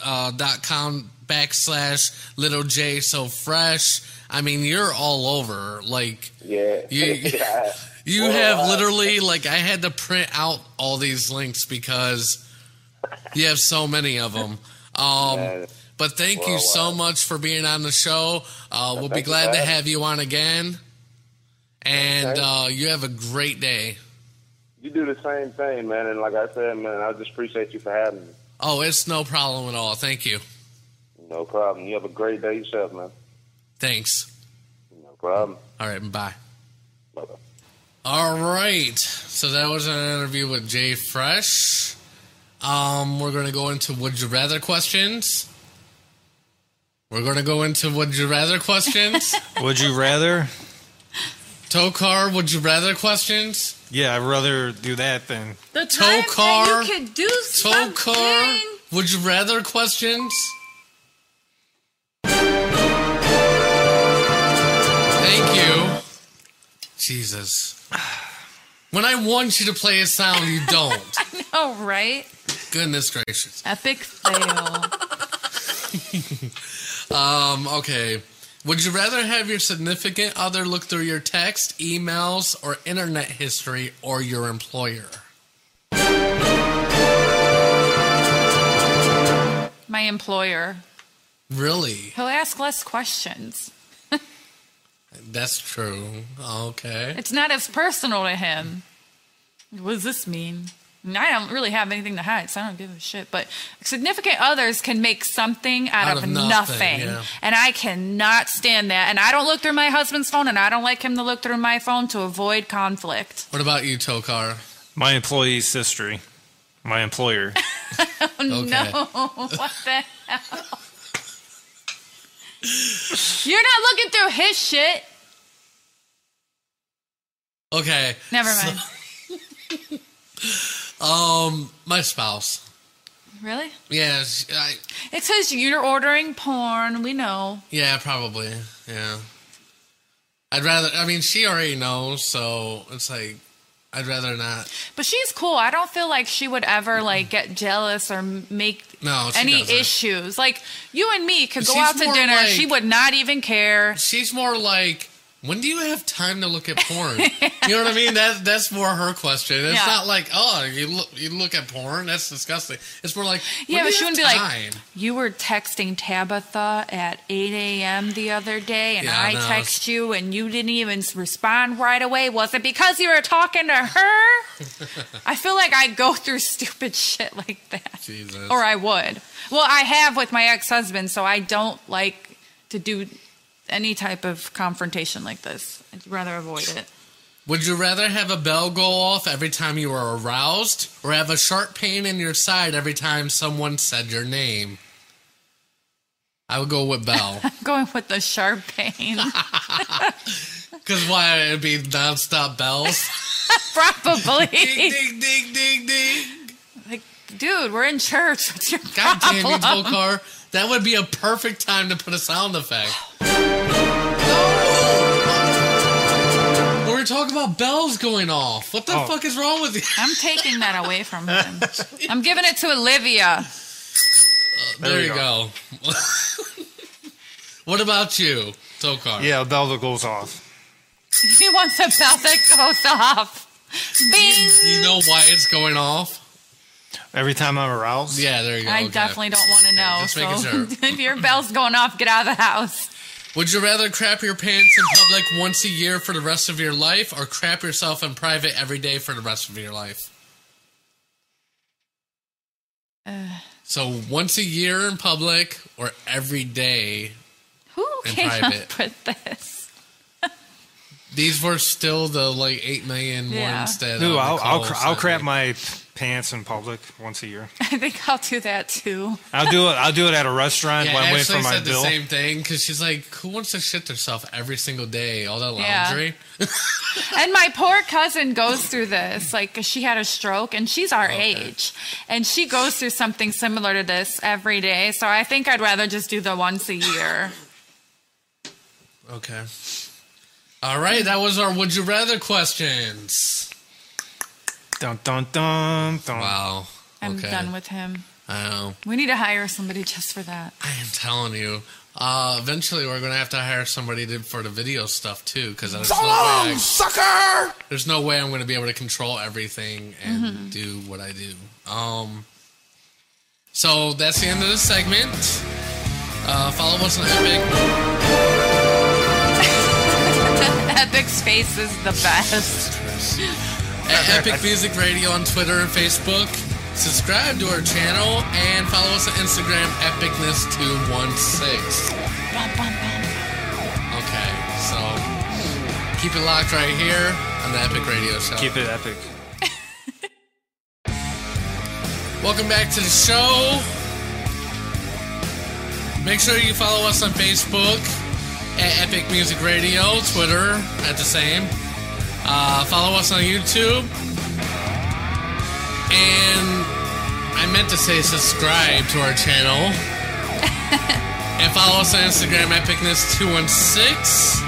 Speaker 8: uh, dot com backslash little J so fresh. I mean, you're all over. Like
Speaker 10: yeah.
Speaker 8: you,
Speaker 10: Yeah.
Speaker 8: you
Speaker 10: Well,
Speaker 8: have
Speaker 10: uh,
Speaker 8: literally like I had to print out all these links because you have so many of them. Um, But thank you so much for being on the show. Uh, we'll be
Speaker 11: thank you
Speaker 8: glad
Speaker 11: for
Speaker 8: to
Speaker 11: having
Speaker 8: have you on again. And uh, you have a great day.
Speaker 10: You do the same thing, man. And like I said, man, I just appreciate you for having me.
Speaker 8: Oh, it's no problem at all. Thank you.
Speaker 10: No problem. You have a great day yourself, man.
Speaker 8: Thanks.
Speaker 10: No problem.
Speaker 8: All right, bye. All right. So that was an interview with Jay Fresh. Um, we're going to go into would you rather questions. We're going to go into would you rather questions.
Speaker 1: Would you rather?
Speaker 8: Tow car would you rather questions.
Speaker 1: Yeah, I'd rather do that than
Speaker 9: The
Speaker 8: Tow time that car. you
Speaker 9: could do
Speaker 8: Tow car would you rather questions. Thank you. Jesus. When I want you to play a sound, you don't.
Speaker 9: Oh, right?
Speaker 8: Goodness gracious.
Speaker 9: Epic fail.
Speaker 8: Um, okay. Would you rather have your significant other look through your text, emails, or internet history or your employer?
Speaker 9: My employer.
Speaker 8: Really?
Speaker 9: He'll ask less questions.
Speaker 8: That's true. Okay.
Speaker 9: It's not as personal to him. What does this mean? And I don't really have anything to hide, so I don't give a shit. But significant others can make something out, of, nothing.
Speaker 8: yeah.
Speaker 9: And I cannot stand that. And I don't look through my husband's phone, and I don't like him to look through my phone to avoid conflict.
Speaker 8: What about you, Tokar?
Speaker 1: my employee's history. My employer.
Speaker 9: Oh, No. What the hell? You're not looking through his shit.
Speaker 8: Okay.
Speaker 9: Never mind.
Speaker 8: Um, my spouse.
Speaker 9: Really?
Speaker 8: Yeah, she- I,
Speaker 9: It says you're ordering porn. We know.
Speaker 8: yeah, probably. Yeah. I'd rather, I mean, she already knows, so it's like, I'd rather not.
Speaker 9: But she's cool. I don't feel like she would ever like get jealous or m- make
Speaker 8: No, Mm-hmm. she
Speaker 9: any
Speaker 8: doesn't.
Speaker 9: issues. Like you and me could go
Speaker 8: She's
Speaker 9: out to
Speaker 8: more
Speaker 9: dinner.
Speaker 8: like-
Speaker 9: she would not even care.
Speaker 8: She's more like, when do you have time to look at porn? you know what I mean? That that's more her question. It's
Speaker 9: Yeah.
Speaker 8: not like, oh, you look you look at porn. That's disgusting. It's more like,
Speaker 9: Yeah,
Speaker 8: when
Speaker 9: but
Speaker 8: do
Speaker 9: she
Speaker 8: you
Speaker 9: wouldn't be
Speaker 8: have
Speaker 9: like,
Speaker 8: time?
Speaker 9: "You were texting Tabitha at 8 a.m. the other day, and
Speaker 8: Yeah,
Speaker 9: I
Speaker 8: no, it's-
Speaker 9: text you, and you didn't even s- respond right away. Was it because you were talking to her?" I feel like I go through stupid shit like that.
Speaker 8: Jesus.
Speaker 9: Or I would. Well, I have with my ex husband, so I don't like to do any type of confrontation like this. I'd rather avoid it.
Speaker 8: Would you rather have a bell go off every time you were aroused, or have a sharp pain in your side every time someone said your name? I would go with bell
Speaker 9: I'm going with the sharp pain.
Speaker 8: because why it'd be nonstop bells.
Speaker 9: Probably.
Speaker 8: ding ding ding ding ding.
Speaker 9: Like, dude, we're in church. What's your
Speaker 8: God damn you,
Speaker 9: problem?
Speaker 8: Volcar. That would be a perfect time to put a sound effect. When we're talking about bells going off. What the
Speaker 9: Oh.
Speaker 8: fuck is wrong with you?
Speaker 9: I'm taking that away from him. I'm giving it to Olivia.
Speaker 8: There, you go. what about you, Tokar?
Speaker 1: Yeah, a bell that goes off.
Speaker 9: He wants a bell that goes off. Bing.
Speaker 8: You know why it's going off?
Speaker 1: Every time I'm aroused.
Speaker 8: Yeah, there you go.
Speaker 9: I
Speaker 8: okay.
Speaker 9: definitely don't want to know.
Speaker 8: just making
Speaker 9: so if your bell's going off, get out of the house.
Speaker 8: Would you rather crap your pants in public once a year for the rest of your life or crap yourself in private every day for the rest of your life?
Speaker 9: Uh,
Speaker 8: So once a year in public or every day
Speaker 9: who
Speaker 8: In
Speaker 9: came
Speaker 8: private.
Speaker 9: up with this?
Speaker 8: These were still the like eight million
Speaker 9: Yeah.
Speaker 8: ones that.
Speaker 1: Ooh, I'll,
Speaker 8: uh,
Speaker 1: I'll,
Speaker 8: Nicole
Speaker 1: cr- I'll
Speaker 8: sent
Speaker 1: crap
Speaker 8: me.
Speaker 1: my pants in public once a year.
Speaker 9: I think I'll do that too.
Speaker 1: I'll do it. I'll do it at a restaurant
Speaker 8: Yeah,
Speaker 1: when I'm waiting
Speaker 8: Ashley
Speaker 1: for my
Speaker 8: said
Speaker 1: bill.
Speaker 8: the same thing because she's like, "Who wants to shit themselves every single day? All that
Speaker 9: Yeah.
Speaker 8: laundry."
Speaker 9: And my poor cousin goes through this. Like she had a stroke, and she's our age, and she goes through something similar to this every day. So I think I'd rather just do the once a year.
Speaker 8: Okay. All right, that was our would you rather questions.
Speaker 1: Dun dun dun dun.
Speaker 8: Wow.
Speaker 9: I'm
Speaker 8: okay.
Speaker 9: done with him.
Speaker 8: I know.
Speaker 9: We need to hire somebody just for that.
Speaker 8: I am telling you. Uh, eventually, we're gonna have to hire somebody to, for the video stuff too, because there's, no way I-
Speaker 3: sucker!
Speaker 8: there's no way I'm
Speaker 9: Mm-hmm.
Speaker 8: gonna be able to control everything and do what I do. Um, So that's the end of this segment. Uh, follow us on Epic.
Speaker 9: Epic's face is the best.
Speaker 8: at Epic Music Radio on Twitter and Facebook. Subscribe to our channel and follow us on Instagram, Epicness216. Okay, so keep it locked right here on the Epic Radio Show.
Speaker 1: Keep it epic.
Speaker 8: Welcome back to the show. Make sure you follow us on Facebook at Epic Music Radio, Twitter at the same. Uh, follow us on YouTube. And I meant to say subscribe to our channel. and follow us on Instagram, Epicness216.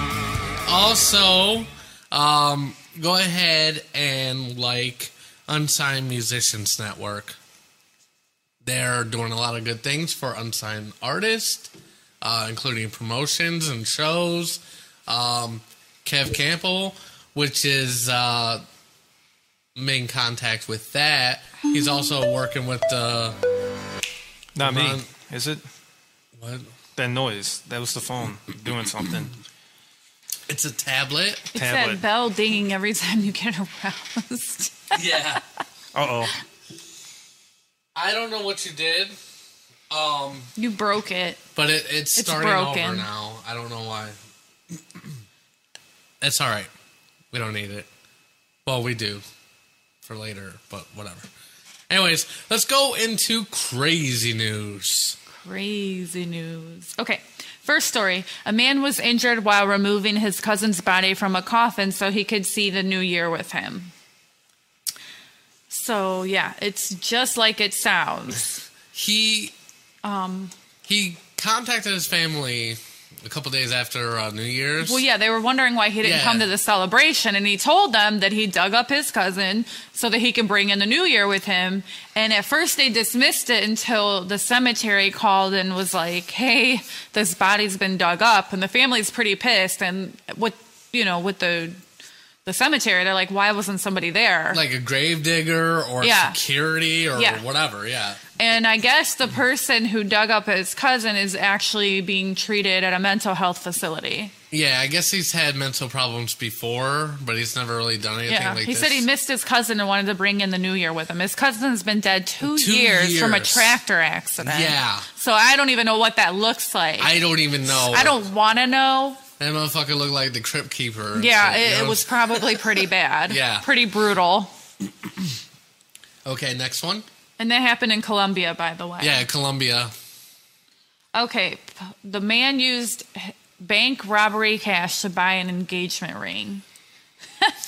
Speaker 8: Also, um, go ahead and like Unsigned Musicians Network. They're doing a lot of good things for unsigned artists, uh, including promotions and shows. Um, Kev Campbell, which is uh, main contact with that, he's also working with the
Speaker 1: Not
Speaker 8: Ron-
Speaker 1: me, is it?
Speaker 8: what?
Speaker 1: That noise. That was the phone doing something.
Speaker 8: It's a tablet.
Speaker 9: It's
Speaker 1: Tablet.
Speaker 9: that bell dinging every time you get aroused.
Speaker 8: Yeah.
Speaker 1: Uh oh.
Speaker 8: I don't know what you did. Um,
Speaker 9: you broke it.
Speaker 8: But it, it's,
Speaker 9: It's
Speaker 8: starting over
Speaker 9: broken.
Speaker 8: now. I don't know why. That's all right. We don't need it. Well, we do for later, but whatever. Anyways, let's go into crazy news.
Speaker 9: Crazy news. Okay. First story. A man was injured while removing his cousin's body from a coffin so he could see the new year with him. So, yeah, it's just like it sounds.
Speaker 8: He
Speaker 9: Um,
Speaker 8: he contacted his family a couple days after uh, New Year's.
Speaker 9: well, yeah, they were wondering why he didn't
Speaker 8: Yeah.
Speaker 9: come to the celebration, and he told them that he dug up his cousin so that he could bring in the new year with him. And at first, they dismissed it until the cemetery called and was like, "Hey, this body's been dug up," and the family's pretty pissed. And with you know, with the the cemetery, they're like, "Why wasn't somebody there?"
Speaker 8: Like a gravedigger or
Speaker 9: Yeah.
Speaker 8: security or
Speaker 9: Yeah.
Speaker 8: whatever. Yeah.
Speaker 9: And I guess the person who dug up his cousin is actually being treated at a mental health facility.
Speaker 8: Yeah, I guess he's had mental problems before, but he's never really done anything
Speaker 9: Yeah,
Speaker 8: like
Speaker 9: he
Speaker 8: this.
Speaker 9: said he missed his cousin and wanted to bring in the new year with him. His cousin's been dead two,
Speaker 8: Two
Speaker 9: years, from a
Speaker 8: years.
Speaker 9: tractor accident.
Speaker 8: Yeah.
Speaker 9: So I don't even know what that looks like.
Speaker 8: I don't even know.
Speaker 9: I don't want to know.
Speaker 8: That motherfucker looked like the Crypt Keeper. and
Speaker 9: Yeah,
Speaker 8: shit, you
Speaker 9: it,
Speaker 8: know?
Speaker 9: it was probably pretty bad.
Speaker 8: Yeah.
Speaker 9: Pretty brutal.
Speaker 8: Okay, next one.
Speaker 9: And that happened in Colombia, by the way.
Speaker 8: Yeah, Columbia.
Speaker 9: Okay. p- The man used h- bank robbery cash to buy an engagement ring.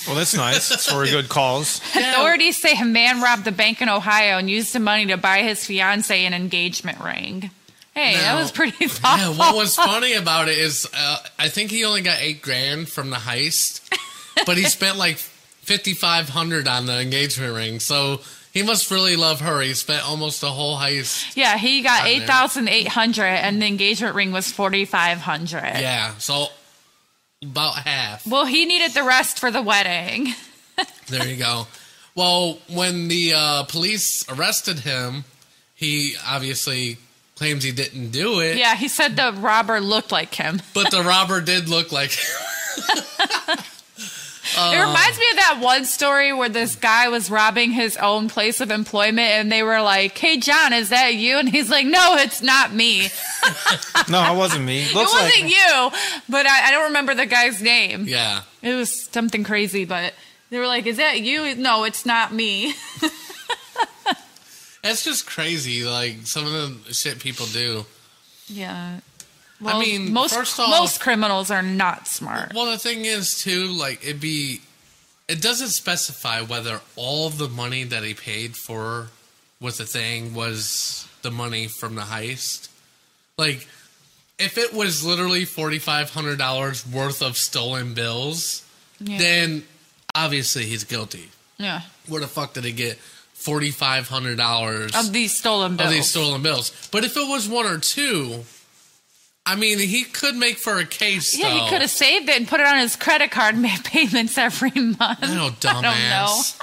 Speaker 1: Well, that's nice. It's for a good cause.
Speaker 9: Authorities say a man robbed the bank in Ohio and used the money to buy his fiancee an engagement ring. Hey,
Speaker 8: Now-
Speaker 9: that was pretty
Speaker 8: Yeah,
Speaker 9: thoughtful.
Speaker 8: what was funny about it is uh, I think he only got eight grand from the heist, but he spent like 5500 on the engagement ring. So he must really love her. He spent almost the whole heist.
Speaker 9: Yeah, he got
Speaker 8: Out
Speaker 9: eight
Speaker 8: there.
Speaker 9: thousand eight hundred, and the engagement ring was forty five hundred.
Speaker 8: Yeah, so about half.
Speaker 9: Well, he needed the rest for the wedding.
Speaker 8: There you go. Well, when the uh, police arrested him, he obviously claims he didn't do it.
Speaker 9: Yeah, he said the robber looked like him.
Speaker 8: But the robber did look like Oh.
Speaker 9: it reminds me of that one story where this guy was robbing his own place of employment, and they were like, "Hey, John, is that you?" And he's like, "No, it's not me. It
Speaker 1: No, it wasn't me. Looks
Speaker 9: wasn't
Speaker 1: like
Speaker 9: you." But I, I don't remember the guy's name.
Speaker 8: Yeah.
Speaker 9: It was something crazy, but they were like, "Is that you?" No, it's not me.
Speaker 8: That's just crazy, like some of the shit people do.
Speaker 9: yeah. Well,
Speaker 8: mean,
Speaker 9: most
Speaker 8: first off-
Speaker 9: most criminals are not smart.
Speaker 8: Well, the thing is, too, like it be, it doesn't specify whether all the money that he paid for was the thing was the money from the heist. Like, if it was literally forty five hundred dollars worth of stolen bills,
Speaker 9: Yeah.
Speaker 8: then obviously he's guilty.
Speaker 9: yeah.
Speaker 8: Where the fuck did he get forty five hundred dollars
Speaker 9: Of these stolen bills.
Speaker 8: of these stolen bills. But if it was one or two, I mean, he could make for a case.
Speaker 9: yeah,
Speaker 8: though.
Speaker 9: he could have saved it and put it on his credit card and made payments every month.
Speaker 8: I know,
Speaker 9: I don't know.
Speaker 8: dumbass.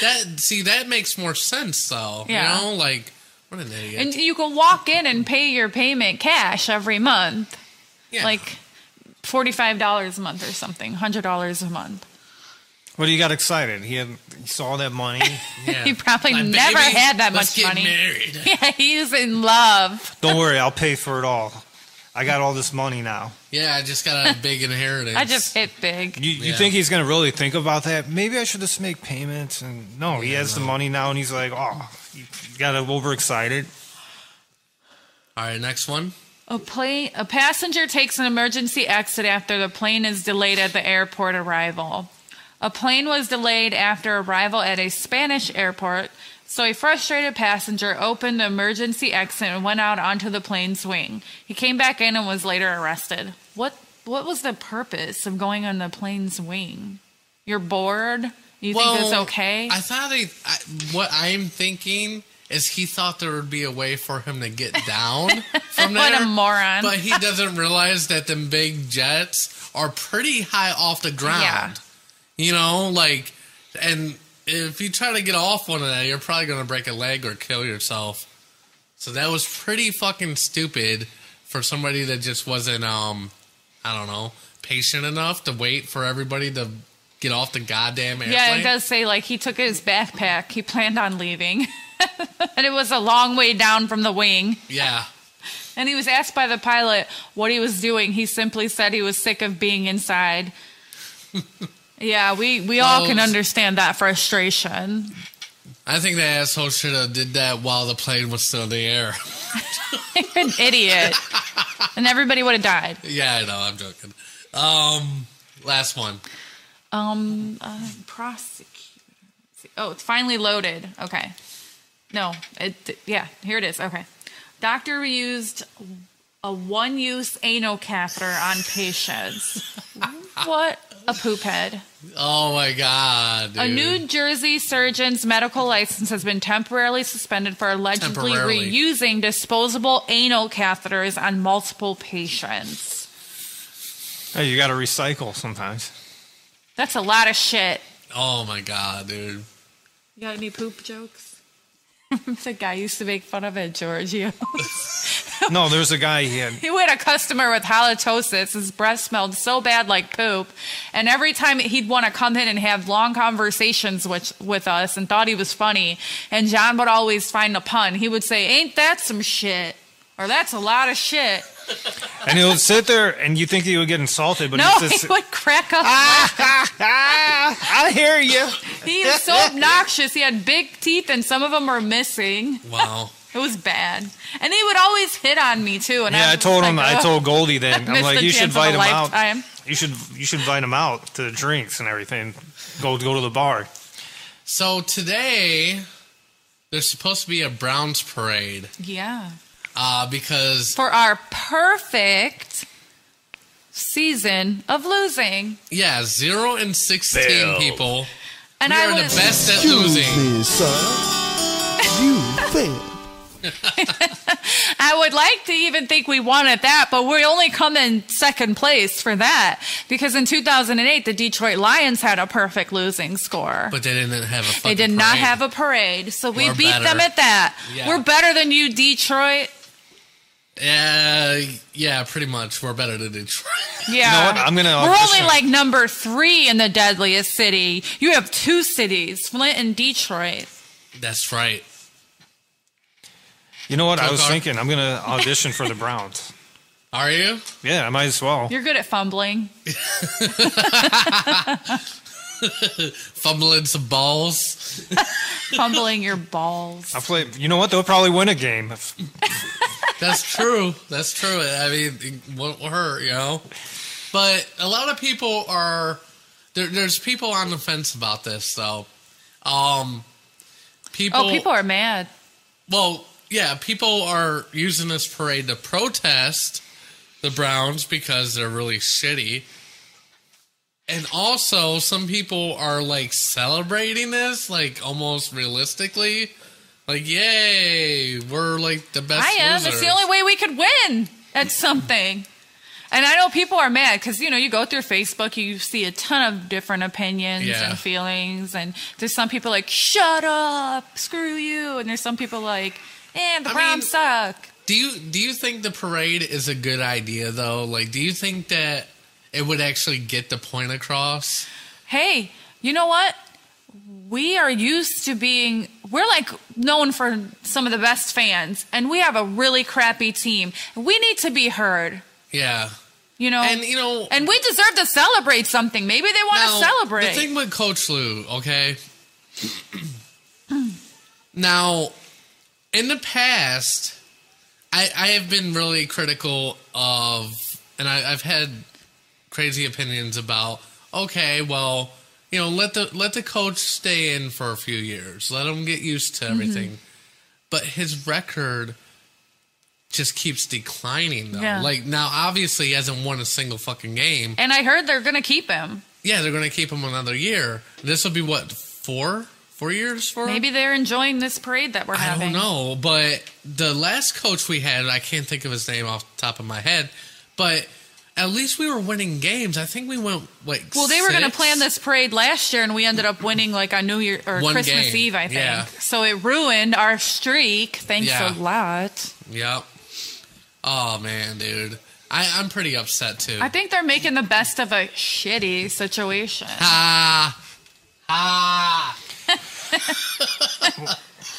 Speaker 8: that see, that makes more sense though.
Speaker 9: Yeah.
Speaker 8: You know, like What an idiot.
Speaker 9: And you can walk in and pay your payment cash every month. Like $45 a month or something, $100 a month.
Speaker 1: Well, he got excited. He had he saw that money.
Speaker 9: he probably
Speaker 1: My
Speaker 9: never
Speaker 1: baby,
Speaker 9: had that
Speaker 1: let's
Speaker 9: much
Speaker 1: get
Speaker 9: money.
Speaker 1: married.
Speaker 9: Yeah, he's in love.
Speaker 1: Don't worry, I'll pay for it all. I got all this money now.
Speaker 8: Yeah, I just got a big inheritance.
Speaker 9: I just hit big.
Speaker 1: You, you think he's gonna really think about that? Maybe I should just make payments. And no, he has the money now, and he's like, oh, he got overexcited.
Speaker 8: All right, next one.
Speaker 9: A plane, a passenger takes an emergency exit after the plane is delayed at the airport arrival. A plane was delayed after arrival at a Spanish airport, so a frustrated passenger opened the emergency exit and went out onto the plane's wing. He came back in and was later arrested. What what was the purpose of going on the plane's wing? You're bored? You think it's okay?
Speaker 8: I thought he. I, what I'm thinking is he thought there would be a way for him to get down from
Speaker 9: What
Speaker 8: there.
Speaker 9: a moron.
Speaker 8: But he doesn't realize that them big jets are pretty high off the ground.
Speaker 9: Yeah.
Speaker 8: You know, like, and if you try to get off one of that, you're probably going to break a leg or kill yourself. So that was pretty fucking stupid for somebody that just wasn't, um, I don't know, patient enough to wait for everybody to get off the goddamn airplane.
Speaker 9: Yeah, it does say like he took his backpack. He planned on leaving. and it was a long way down from the wing.
Speaker 8: Yeah.
Speaker 9: And he was asked by the pilot what he was doing. He simply said he was sick of being inside. yeah, we, we all can
Speaker 8: Those-
Speaker 9: understand that frustration.
Speaker 8: I think the asshole should have did that while the plane was still in the air.
Speaker 9: You're an idiot. and everybody would have died.
Speaker 8: yeah, I know, I'm joking. Um last one.
Speaker 9: Um, uh, prosecutor. Let's see. Oh, it's finally loaded. Okay. No, it. Yeah, here it is. Okay. Doctor used a one-use anal catheter on patients. what a poophead!
Speaker 8: Oh my god. Dude.
Speaker 9: A New Jersey surgeon's medical license has been temporarily suspended for allegedly
Speaker 8: Temporarily.
Speaker 9: reusing disposable anal catheters on multiple patients.
Speaker 1: Hey, you got to recycle sometimes.
Speaker 9: That's a lot of shit.
Speaker 8: Oh my god, dude.
Speaker 9: You got any poop jokes? the guy used to make fun of at Giorgio.
Speaker 1: No, there was a guy he had.
Speaker 9: he had a customer with halitosis. His breath smelled so bad like poop. And every time he'd want to come in and have long conversations with, with us and thought he was funny. And John would always find a pun. He would say, Ain't that some shit? Or that's a lot of shit.
Speaker 1: and he'll sit there, and you think he would get insulted, but
Speaker 9: no,
Speaker 1: he's just
Speaker 9: he would crack up.
Speaker 1: Ah! I hear you.
Speaker 9: He was so obnoxious. He had big teeth, and some of them were missing.
Speaker 8: Wow.
Speaker 9: It was bad. And he would always hit on me too. And
Speaker 1: yeah,
Speaker 9: I,
Speaker 1: I told him. I told Goldie
Speaker 9: I
Speaker 1: then. I'm
Speaker 9: missed
Speaker 1: like,
Speaker 9: the
Speaker 1: you should
Speaker 9: chance of a
Speaker 1: invite him
Speaker 9: lifetime."
Speaker 1: out. You should you should invite him out to drinks and everything. Go go to the bar.
Speaker 8: So today there's supposed to be a Browns parade.
Speaker 9: Yeah.
Speaker 8: Uh because
Speaker 9: For our perfect season of losing.
Speaker 8: yeah, zero and sixteen
Speaker 3: Fail.
Speaker 8: people.
Speaker 9: And
Speaker 8: we
Speaker 9: I
Speaker 8: are
Speaker 9: was-
Speaker 8: the best at
Speaker 3: You
Speaker 8: losing.
Speaker 3: You fail.
Speaker 9: I would like to even think we won at that, but we only come in second place for that because in 2008, the Detroit Lions had a perfect losing score.
Speaker 8: But they didn't have a fucking
Speaker 9: they did not
Speaker 8: parade.
Speaker 9: have a parade, so we
Speaker 8: We're
Speaker 9: beat
Speaker 8: better.
Speaker 9: them at that.
Speaker 8: Yeah.
Speaker 9: We're better than you, Detroit.
Speaker 8: Uh, yeah, pretty much. We're better than Detroit.
Speaker 9: Yeah.
Speaker 8: You know what? I'm gonna
Speaker 9: We're
Speaker 8: audition.
Speaker 9: only like number three in the deadliest city. You have two cities, Flint and Detroit.
Speaker 8: That's right.
Speaker 1: You know what? I
Speaker 8: Took
Speaker 1: was
Speaker 8: our-
Speaker 1: thinking. I'm gonna audition for the Browns.
Speaker 8: Are you?
Speaker 1: Yeah, I might as well.
Speaker 9: You're good at fumbling.
Speaker 8: Fumbling some balls.
Speaker 9: fumbling your balls.
Speaker 1: I play. You know what? They'll probably win a game. If-
Speaker 8: That's true. That's true. I mean, it won't hurt, you know. But a lot of people are there, there's people on the fence about this, though. Um, people.
Speaker 9: oh, people are mad.
Speaker 8: Well, yeah, people are using this parade to protest the Browns because they're really shitty. And also, some people are like celebrating this, like almost realistically. Like, yay, we're like the best.
Speaker 9: I am.
Speaker 8: Losers.
Speaker 9: It's the only way we could win at something. And I know people are mad because you know you go through Facebook, you see a ton of different opinions
Speaker 8: Yeah.
Speaker 9: and feelings, and there's some people like "shut up, screw you," and there's some people like Eh, the
Speaker 8: I
Speaker 9: prom
Speaker 8: mean-
Speaker 9: suck.
Speaker 8: Do you do you think the parade is a good idea though? Like, do you think that it would actually get the point across?
Speaker 9: Hey, you know what? We are used to being, we're like known for some of the best fans, and we have a really crappy team. We need to be heard,
Speaker 8: Yeah.
Speaker 9: you know?
Speaker 8: And, you know-
Speaker 9: and we deserve to celebrate something. Maybe they want
Speaker 8: Now,
Speaker 9: to celebrate.
Speaker 8: The thing with Coach Lou, okay. now, in the past, I I have been really critical of, and I, I've had crazy opinions about. Okay, well, you know, let the let the coach stay in for a few years. Let him get used
Speaker 9: Mm-hmm.
Speaker 8: to everything. But his record just keeps declining though.
Speaker 9: Yeah.
Speaker 8: Like now obviously he hasn't won a single fucking game.
Speaker 9: and I heard they're going to keep him.
Speaker 8: Yeah, they're going to keep him another year. This will be what four, four years for him?
Speaker 9: Maybe they're enjoying this parade that we're
Speaker 8: I
Speaker 9: having.
Speaker 8: don't know, but the last coach we had, I can't think of his name off the top of my head, but at least we were winning games. I think we went like
Speaker 9: Well, they were going to
Speaker 8: six.
Speaker 9: plan this parade last year, and we ended up winning like on New Year or
Speaker 8: One
Speaker 9: Christmas
Speaker 8: game,
Speaker 9: Eve, I think.
Speaker 8: yeah.
Speaker 9: So it ruined our streak. Thanks
Speaker 8: Yeah.
Speaker 9: a lot.
Speaker 8: Yep. Oh man, dude, I, I'm pretty upset too.
Speaker 9: I think they're making the best of a shitty situation.
Speaker 8: ah, ah.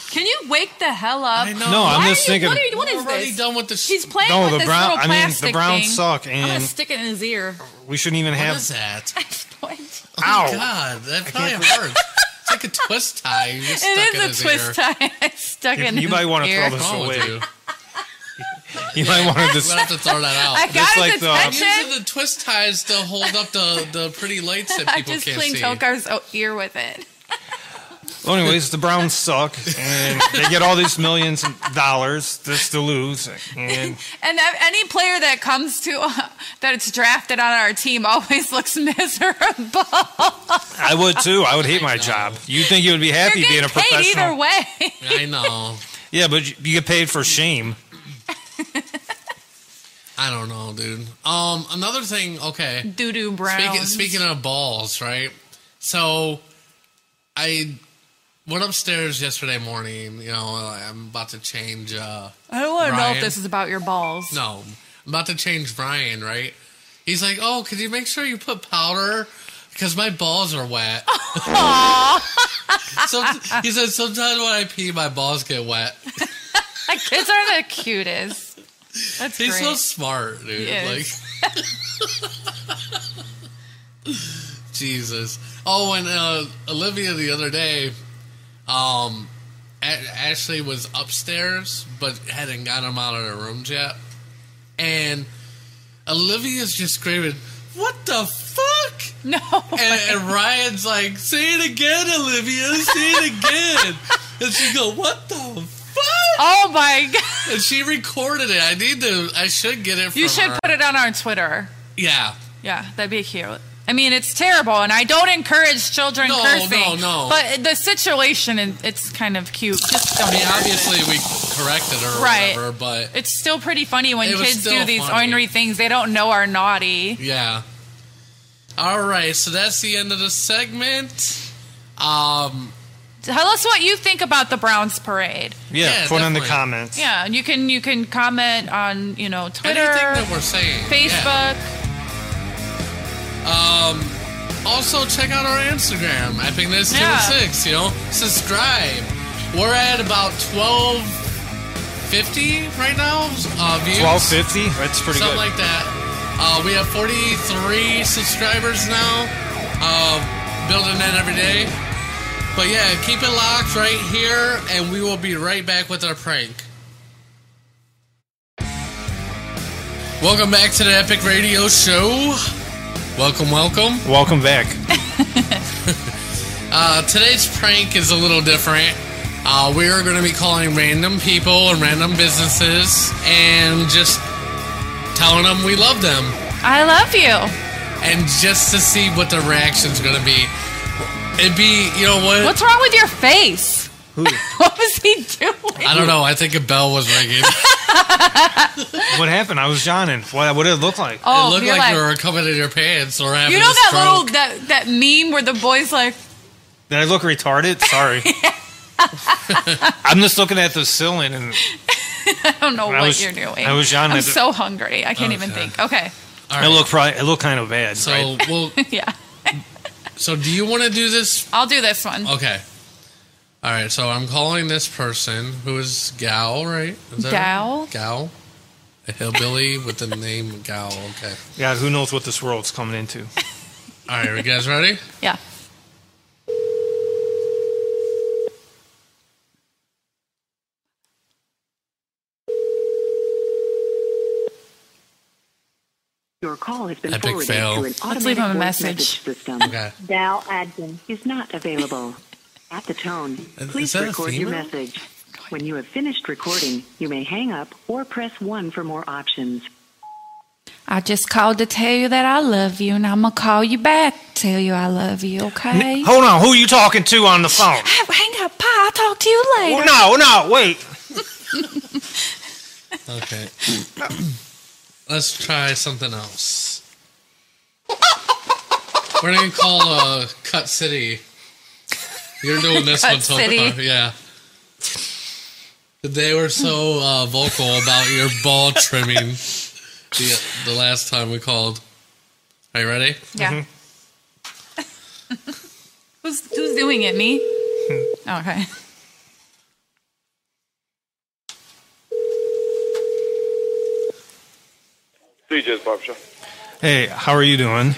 Speaker 9: Can you wake the hell up?
Speaker 8: I know.
Speaker 1: No, I'm
Speaker 9: Why
Speaker 1: just
Speaker 9: are you-
Speaker 1: thinking.
Speaker 9: What, are you, what
Speaker 8: We're
Speaker 9: is
Speaker 8: already
Speaker 9: this?
Speaker 8: done with this.
Speaker 9: He's playing
Speaker 1: No,
Speaker 9: with
Speaker 1: the
Speaker 9: this
Speaker 1: Brown-
Speaker 9: little
Speaker 1: I mean, the
Speaker 9: plastic
Speaker 1: Browns
Speaker 9: thing.
Speaker 1: suck,
Speaker 9: I'm gonna
Speaker 1: and-
Speaker 9: stick it in his ear.
Speaker 1: We shouldn't even
Speaker 8: What
Speaker 1: have.
Speaker 8: is that? Oh
Speaker 9: What?
Speaker 1: Ow!
Speaker 8: God, that probably hurts. it's like a twist tie. You get stuck
Speaker 9: It
Speaker 8: in
Speaker 9: is
Speaker 8: his
Speaker 9: a
Speaker 8: ear.
Speaker 9: twist tie. I stuck
Speaker 1: You-
Speaker 9: in.
Speaker 1: you
Speaker 9: his
Speaker 1: might wanna
Speaker 9: ear.
Speaker 1: throw this-
Speaker 8: What's wrong with
Speaker 1: Wait.
Speaker 8: you?
Speaker 1: You might want to
Speaker 8: We'll
Speaker 1: just.
Speaker 8: have to throw that out.
Speaker 9: I got
Speaker 1: Just
Speaker 9: his
Speaker 1: like the-
Speaker 9: attention.
Speaker 8: Usually the twist ties to hold up the, the pretty lights that
Speaker 9: I
Speaker 8: people
Speaker 9: just
Speaker 8: can't
Speaker 9: cleaned
Speaker 8: see.
Speaker 9: Tokar's o- ear with it.
Speaker 1: Well, anyways, the Browns suck, and they get all these millions of dollars just to lose. And
Speaker 9: And that- any player that comes to uh, that it's drafted on our team always looks miserable.
Speaker 1: I would too. I would hate my job. You think you would be
Speaker 9: You're
Speaker 1: happy
Speaker 9: getting
Speaker 1: being a
Speaker 9: paid either
Speaker 1: professional?
Speaker 9: way.
Speaker 8: I know.
Speaker 1: Yeah, but you you get paid for shame.
Speaker 8: I don't know, dude. Um, another thing. Okay,
Speaker 9: Doo doo brown.
Speaker 8: speaking speaking of balls, right? So, I went upstairs yesterday morning. You know, I'm about to change. uh
Speaker 9: I don't want to know
Speaker 8: Ryan.
Speaker 9: if this is about your balls.
Speaker 8: No, I'm about to change Brian, right? He's like, oh, could you make sure you put powder? Because my balls are wet. so, he said, sometimes when I pee, my balls get wet.
Speaker 9: Like, kids are the cutest. That's
Speaker 8: He's
Speaker 9: great.
Speaker 8: so smart, dude.
Speaker 9: He is.
Speaker 8: Like, Jesus. Oh, and uh, Olivia the other day, um, A- Ashley was upstairs, but hadn't got him out of their rooms yet, and Olivia's just screaming, "What the fuck!"
Speaker 9: no.
Speaker 8: And, and Ryan's like, "Say it again, Olivia. Say it again." and she go, "What the fuck?"
Speaker 9: oh my god.
Speaker 8: And she recorded it. I need to. I should get it. From
Speaker 9: You should
Speaker 8: her.
Speaker 9: put it on our Twitter.
Speaker 8: Yeah.
Speaker 9: Yeah, that'd be cute. I mean, it's terrible, and I don't encourage children
Speaker 8: No,
Speaker 9: cursing.
Speaker 8: no, no.
Speaker 9: But the situation, and it's kind of cute. Just
Speaker 8: I
Speaker 9: don't.
Speaker 8: mean,
Speaker 9: encourage it.
Speaker 8: obviously we corrected her, or
Speaker 9: Right.
Speaker 8: Whatever, but
Speaker 9: It's still pretty funny when
Speaker 8: It was
Speaker 9: kids
Speaker 8: still
Speaker 9: do these
Speaker 8: funny.
Speaker 9: ornery things they don't know are naughty.
Speaker 8: yeah. All right, so that's the end of the segment. Um,
Speaker 9: Tell us what you think about the Browns parade.
Speaker 1: Yeah,
Speaker 8: Yeah,
Speaker 1: put in the
Speaker 8: definitely.
Speaker 1: comments.
Speaker 9: Yeah, and you can you can comment on you know
Speaker 8: anything that
Speaker 9: Twitter,
Speaker 8: we're saying, yeah.
Speaker 9: Facebook.
Speaker 8: Also, check out our Instagram. I think that's two
Speaker 9: Yeah.
Speaker 8: six. You know, subscribe. We're at about twelve fifty right now. Uh, views.
Speaker 1: Twelve fifty. That's pretty
Speaker 8: something
Speaker 1: good.
Speaker 8: like that. Uh, we have 43 subscribers now, uh, building that every day. But yeah, keep it locked right here, and we will be right back with our prank. Welcome back to the Epic Radio Show. Welcome, welcome.
Speaker 1: Welcome back.
Speaker 8: Uh, today's prank is a little different. Uh, we are going to be calling random people and random businesses and just telling them we love them.
Speaker 9: I love you.
Speaker 8: and just to see what the reaction's gonna be. It'd be, you know what?
Speaker 9: What's wrong with your face? what was he doing?
Speaker 8: I don't know. I think a bell was ringing. it
Speaker 1: What happened? I was yawning. What, what did it look like?
Speaker 9: Oh,
Speaker 8: looked
Speaker 9: you're
Speaker 8: like,
Speaker 9: like,
Speaker 8: you were coming in your pants or having
Speaker 9: you know
Speaker 8: a
Speaker 9: that
Speaker 8: stroke.
Speaker 9: little that that meme where the boys like
Speaker 1: Did I look retarded? Sorry. I'm just looking at the ceiling and
Speaker 9: I don't know
Speaker 1: I
Speaker 9: what
Speaker 1: was-
Speaker 9: you're doing.
Speaker 1: I was yawning
Speaker 9: I'm
Speaker 1: at the-
Speaker 9: so hungry. I can't even
Speaker 8: Okay.
Speaker 9: think. Okay.
Speaker 8: All
Speaker 1: it
Speaker 8: right.
Speaker 1: looked probably it looked kind of bad.
Speaker 8: So
Speaker 1: right?
Speaker 8: well,
Speaker 9: yeah.
Speaker 8: so do you want to do this?
Speaker 9: I'll do this one.
Speaker 8: Okay. All right. So I'm calling this person who is Gal, right? Is that
Speaker 9: Gal?
Speaker 8: right? Gal. A hillbilly with the name Gal. Okay.
Speaker 1: yeah, who knows what this world's coming into?
Speaker 8: All right. Are you guys ready?
Speaker 9: Yeah.
Speaker 11: Your call has been
Speaker 8: Epic
Speaker 11: forwarded
Speaker 8: fail.
Speaker 11: to an
Speaker 9: Let's leave
Speaker 11: automatic
Speaker 9: him a
Speaker 11: voice
Speaker 9: message.
Speaker 11: system.
Speaker 8: Okay.
Speaker 11: Val Adkins is not available. At the tone,
Speaker 8: Is- is
Speaker 11: please
Speaker 8: that a
Speaker 11: record your
Speaker 8: female?
Speaker 11: message. When you have finished recording, you may hang up or press 1 for more options.
Speaker 9: I just called to tell you that I love you, and I'm gonna call you back. Tell you I love you, okay?
Speaker 1: Hold on, who are you talking to on the phone?
Speaker 9: Hey, hang up, Pa. I'll talk to you later.
Speaker 1: Oh, no, no, wait.
Speaker 8: Okay. Let's try something else. We're gonna call uh, Cut City. You're doing this
Speaker 9: Cut
Speaker 8: one, Tony.
Speaker 9: City.
Speaker 8: Yeah. They were so uh, vocal about your ball trimming the, the last time we called. Are you ready?
Speaker 9: Yeah. who's who's doing it? Me. okay.
Speaker 12: CJ's Barbershop.
Speaker 1: Hey, how are you doing?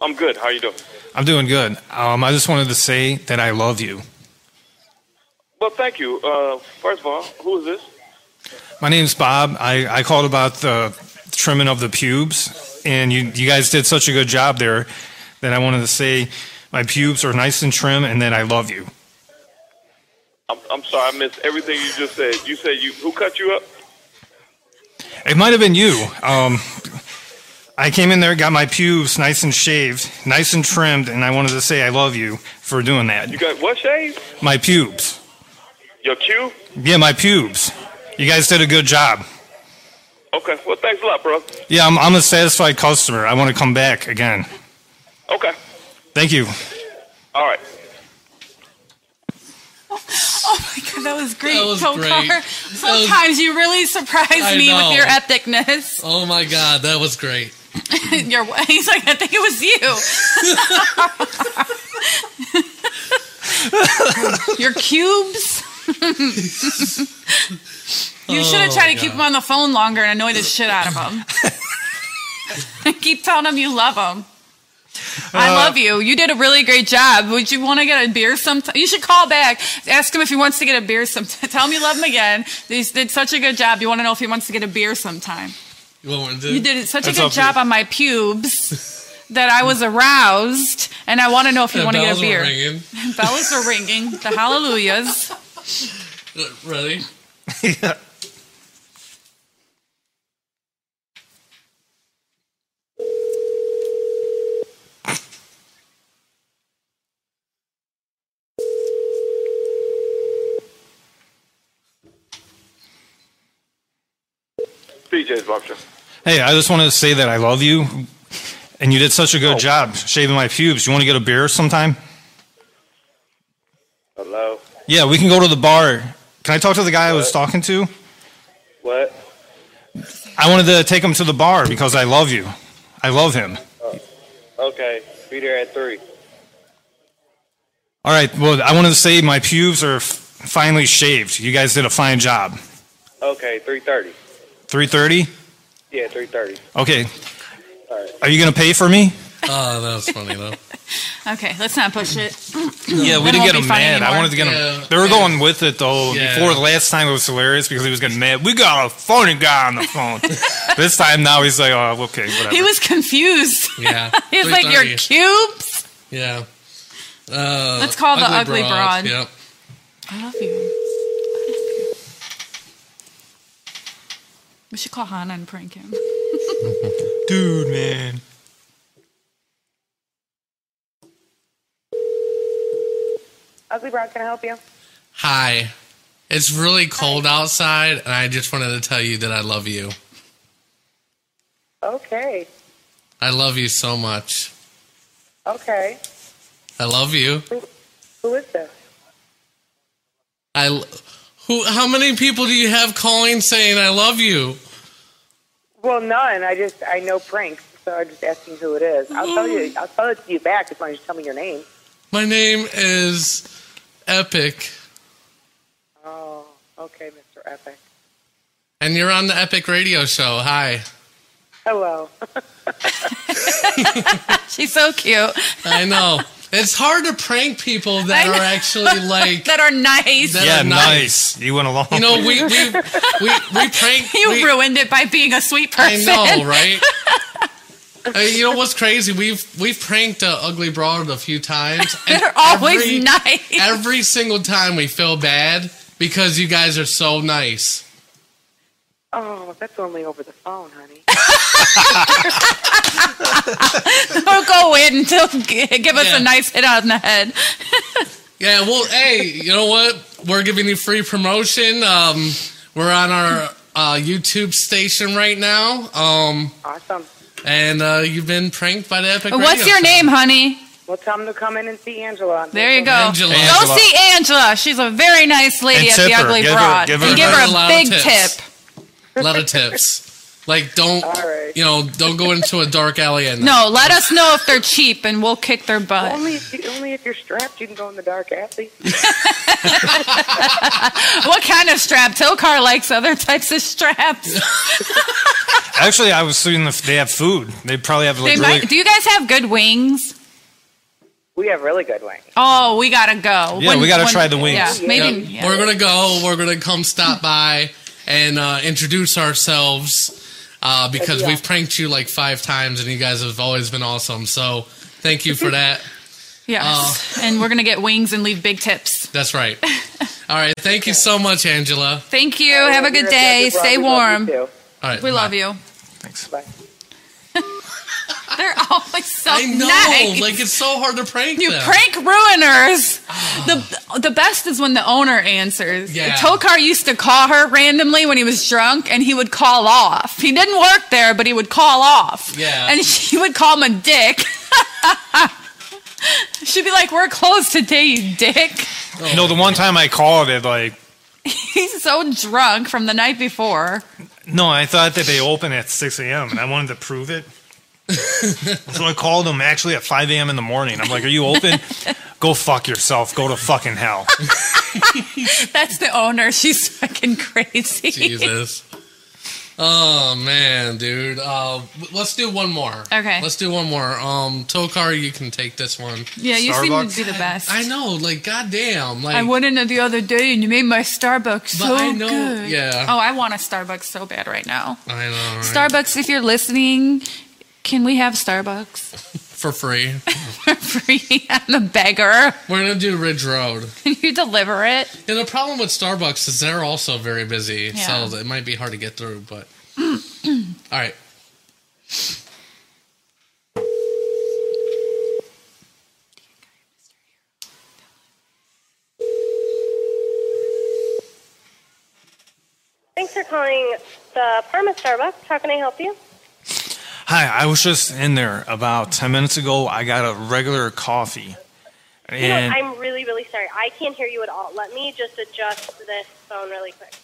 Speaker 12: I'm good. How you doing?
Speaker 1: I'm doing good. Um, I just wanted to say that I love you.
Speaker 12: Well, thank you. Uh, first of all, who is this?
Speaker 1: My name's Bob. I, I called about the trimming of the pubes, and you, you guys did such a good job there that I wanted to say my pubes are nice and trim and that I love you.
Speaker 12: I'm, I'm sorry, I missed everything you just said. You said you who cut you up?
Speaker 1: It might have been you. Um, I came in there, got my pubes nice and shaved, nice and trimmed, and I wanted to say I love you for doing that.
Speaker 12: You got what shave?
Speaker 1: My pubes.
Speaker 12: Your cue?
Speaker 1: Yeah, my pubes. You guys did a good job.
Speaker 12: Okay. Well, thanks a lot, bro.
Speaker 1: Yeah, I'm, I'm a satisfied customer. I want to come back again.
Speaker 12: Okay.
Speaker 1: Thank you.
Speaker 12: All right.
Speaker 9: Oh my god, that was great,
Speaker 8: That was
Speaker 9: Tokar.
Speaker 8: great. That was-
Speaker 9: Sometimes you really surprise
Speaker 8: I
Speaker 9: me
Speaker 8: know.
Speaker 9: with your epicness.
Speaker 8: Oh my god, that was great.
Speaker 9: your he's like, I think it was you. your cubes. you should have
Speaker 8: Oh,
Speaker 9: tried to keep
Speaker 8: God.
Speaker 9: him on the phone longer and annoy the shit out of him. keep telling him you love him. I
Speaker 1: Uh,
Speaker 9: love you. You did a really great job. Would you want to get a beer sometime? You should call back. Ask him if he wants to get a beer sometime. Tell him you love him again. You did such a good job. You want to know if he wants to get a beer sometime.
Speaker 8: You want one,
Speaker 9: You did such a
Speaker 1: That's
Speaker 9: good
Speaker 1: up to
Speaker 9: job
Speaker 1: you.
Speaker 9: on my pubes that I was aroused, and I want to know if you
Speaker 8: The
Speaker 9: want to get
Speaker 8: bells
Speaker 9: a
Speaker 8: were
Speaker 9: beer.
Speaker 8: ringing.
Speaker 9: Bells are ringing. The hallelujahs.
Speaker 8: Uh, Ready?
Speaker 1: yeah.
Speaker 12: CJ's Barbershop.
Speaker 1: Hey, I just wanted to say that I love you, and you did such a good job shaving my pubes. You want to get a beer sometime?
Speaker 12: Hello.
Speaker 1: Yeah, we can go to the bar. Can I talk to the guy I was talking to?
Speaker 12: What?
Speaker 1: I wanted to take him to the bar because I love you. I love him.
Speaker 12: Okay. Be there at three.
Speaker 1: All right. Well, I wanted to say my pubes are f- finally shaved. You guys did a fine job.
Speaker 12: Okay. Three thirty.
Speaker 1: Three thirty.
Speaker 12: Yeah, three thirty.
Speaker 1: Okay.
Speaker 12: All right.
Speaker 1: Are you gonna pay for me?
Speaker 8: Oh, that was funny though.
Speaker 9: Okay, let's not push it.
Speaker 1: Yeah, we
Speaker 9: That
Speaker 1: didn't
Speaker 9: won't
Speaker 1: get
Speaker 9: be
Speaker 1: him
Speaker 9: funny
Speaker 1: mad. I
Speaker 9: anymore.
Speaker 1: wanted to get him.
Speaker 8: Yeah.
Speaker 1: They were
Speaker 8: Yeah.
Speaker 1: going with it though.
Speaker 8: Yeah.
Speaker 1: Before the last time, it was hilarious because he was getting mad. We got a phony guy on the phone. this time now he's like, oh, okay, whatever.
Speaker 9: He was confused.
Speaker 8: Yeah.
Speaker 9: he was like, "Your
Speaker 8: 3:30.
Speaker 9: cubes."
Speaker 8: Yeah. Uh,
Speaker 9: Let's call the ugly broad.
Speaker 8: Yep.
Speaker 9: I love you. I love you. We should call Hannah and prank him.
Speaker 1: dude, man.
Speaker 13: Ugly Brown, can I help you?
Speaker 8: Hi. It's really cold outside, and I just wanted to tell you that I love you.
Speaker 13: Okay.
Speaker 8: I love you so much.
Speaker 13: Okay.
Speaker 8: I love you.
Speaker 13: Who is this?
Speaker 8: I l- who? How many people do you have calling saying I love you?
Speaker 13: Well, none. I just I know pranks, so I'm just asking who it is. I'll tell you. I'll tell it to you back as long as you tell me your name.
Speaker 8: My name is Epic,
Speaker 13: Oh, okay, Mr. Epic.
Speaker 8: and you're on the Epic Radio Show. Hi.
Speaker 13: Hello.
Speaker 9: She's so cute.
Speaker 8: I know. It's hard to prank people that are actually like
Speaker 9: that are nice.
Speaker 8: that
Speaker 1: yeah,
Speaker 8: are
Speaker 1: nice. You went along.
Speaker 8: You know, we we we, we prank.
Speaker 9: You
Speaker 8: we-
Speaker 9: ruined it by being a sweet
Speaker 8: I
Speaker 9: person.
Speaker 8: know, right? Uh, you know what's crazy? We've we've pranked a ugly broad a few times. and
Speaker 9: They're always nice.
Speaker 8: Every single time we feel bad because you guys are so nice.
Speaker 13: Oh, that's only over the phone, honey.
Speaker 9: Don't go in until give us a nice hit on the head.
Speaker 8: Yeah, well, hey, you know what? We're giving you free promotion. Um, we're on our uh, YouTube station right now. Um,
Speaker 13: awesome.
Speaker 8: And uh, you've been pranked by the Epic.
Speaker 9: What's
Speaker 8: Radio
Speaker 9: your
Speaker 8: Show.
Speaker 9: name, honey?
Speaker 13: Well, tell them to come in and see Angela.
Speaker 9: There you go.
Speaker 8: Angela.
Speaker 9: Go
Speaker 8: Angela.
Speaker 9: see Angela. She's a very nice lady
Speaker 8: And
Speaker 9: at
Speaker 8: tip
Speaker 9: the
Speaker 8: her.
Speaker 9: Ugly
Speaker 8: Give her-
Speaker 9: Broad.
Speaker 8: give her
Speaker 9: and give her
Speaker 8: a
Speaker 9: a
Speaker 8: lot of
Speaker 9: big
Speaker 8: tips.
Speaker 9: tip.
Speaker 8: A lot of tips. Like don't you know? Don't go into a dark alley at night.
Speaker 9: No, let us know if they're cheap and we'll kick their butt.
Speaker 8: Oh
Speaker 13: Only if, you, only if you're strapped, you can go in the dark alley.
Speaker 9: what kind of strap? Tokar likes other types of straps.
Speaker 1: Actually, I was seeing if they have food. They probably have like
Speaker 9: They
Speaker 1: really.
Speaker 9: might, do you guys have good wings?
Speaker 13: We have really good wings.
Speaker 9: Oh, we gotta go.
Speaker 1: Yeah, we gotta try the
Speaker 9: wings. Yeah, maybe.
Speaker 8: Yep.
Speaker 9: yeah.
Speaker 8: We're gonna go. We're gonna come stop by and uh, introduce ourselves uh, because
Speaker 13: Yeah.
Speaker 8: we've pranked you like five times, and you guys have always been awesome. So thank you for that.
Speaker 9: Yes.
Speaker 8: Uh.
Speaker 9: and we're gonna get wings and leave big tips.
Speaker 8: That's right. All right. Thank you so much, Angela.
Speaker 9: Thank you. Have a good day. Stay warm.
Speaker 8: All right.
Speaker 9: We love you.
Speaker 1: Thanks.
Speaker 13: Bye.
Speaker 9: They're always so
Speaker 8: I know.
Speaker 9: Oh, nice.
Speaker 8: Like it's so hard to prank
Speaker 9: you
Speaker 8: them.
Speaker 9: prank ruiners. the the best is when the owner answers.
Speaker 8: Yeah.
Speaker 9: Tokar used to call her randomly when he was drunk, and he would call off. He didn't work there, but he would call off.
Speaker 3: Yeah.
Speaker 9: And she would call him a dick. She'd be like, "We're closed today, you dick."
Speaker 1: You know, the one time I called it, like,
Speaker 9: He's so drunk from the night before.
Speaker 1: no, I thought that they open at 6 a.m. and I wanted to prove it. so I called them actually at 5 a.m. in the morning. I'm like, are you open? Go fuck yourself. Go to fucking hell.
Speaker 9: That's the owner. She's fucking crazy.
Speaker 8: Jesus. Oh man, dude. Uh, w- let's do one more.
Speaker 9: Okay.
Speaker 8: Let's do one more. Um, Tokar, you can take this one.
Speaker 9: Yeah, you seem to be the best.
Speaker 8: I know. Like, goddamn. Like,
Speaker 9: I went in the other day and you made my Starbucks so
Speaker 8: But I know-
Speaker 9: good.
Speaker 8: yeah.
Speaker 9: Oh, I want a Starbucks so bad right now.
Speaker 8: I know. right?
Speaker 9: Starbucks, if you're listening, can we have Starbucks
Speaker 8: for free.
Speaker 9: for free? I'm the beggar.
Speaker 8: We're gonna do Ridge Road.
Speaker 9: Can you deliver it?
Speaker 8: And the problem with Starbucks is they're also very busy,
Speaker 9: Yeah.
Speaker 8: so it might be hard to get through. But all right.
Speaker 14: Thanks for calling the Parma Starbucks. How can I help you?
Speaker 1: Hi, I was just in there about 10 minutes ago. I got a regular coffee.
Speaker 14: You know,
Speaker 1: And
Speaker 14: I'm really, really sorry. I can't hear you at all. Let me just adjust this phone really quick.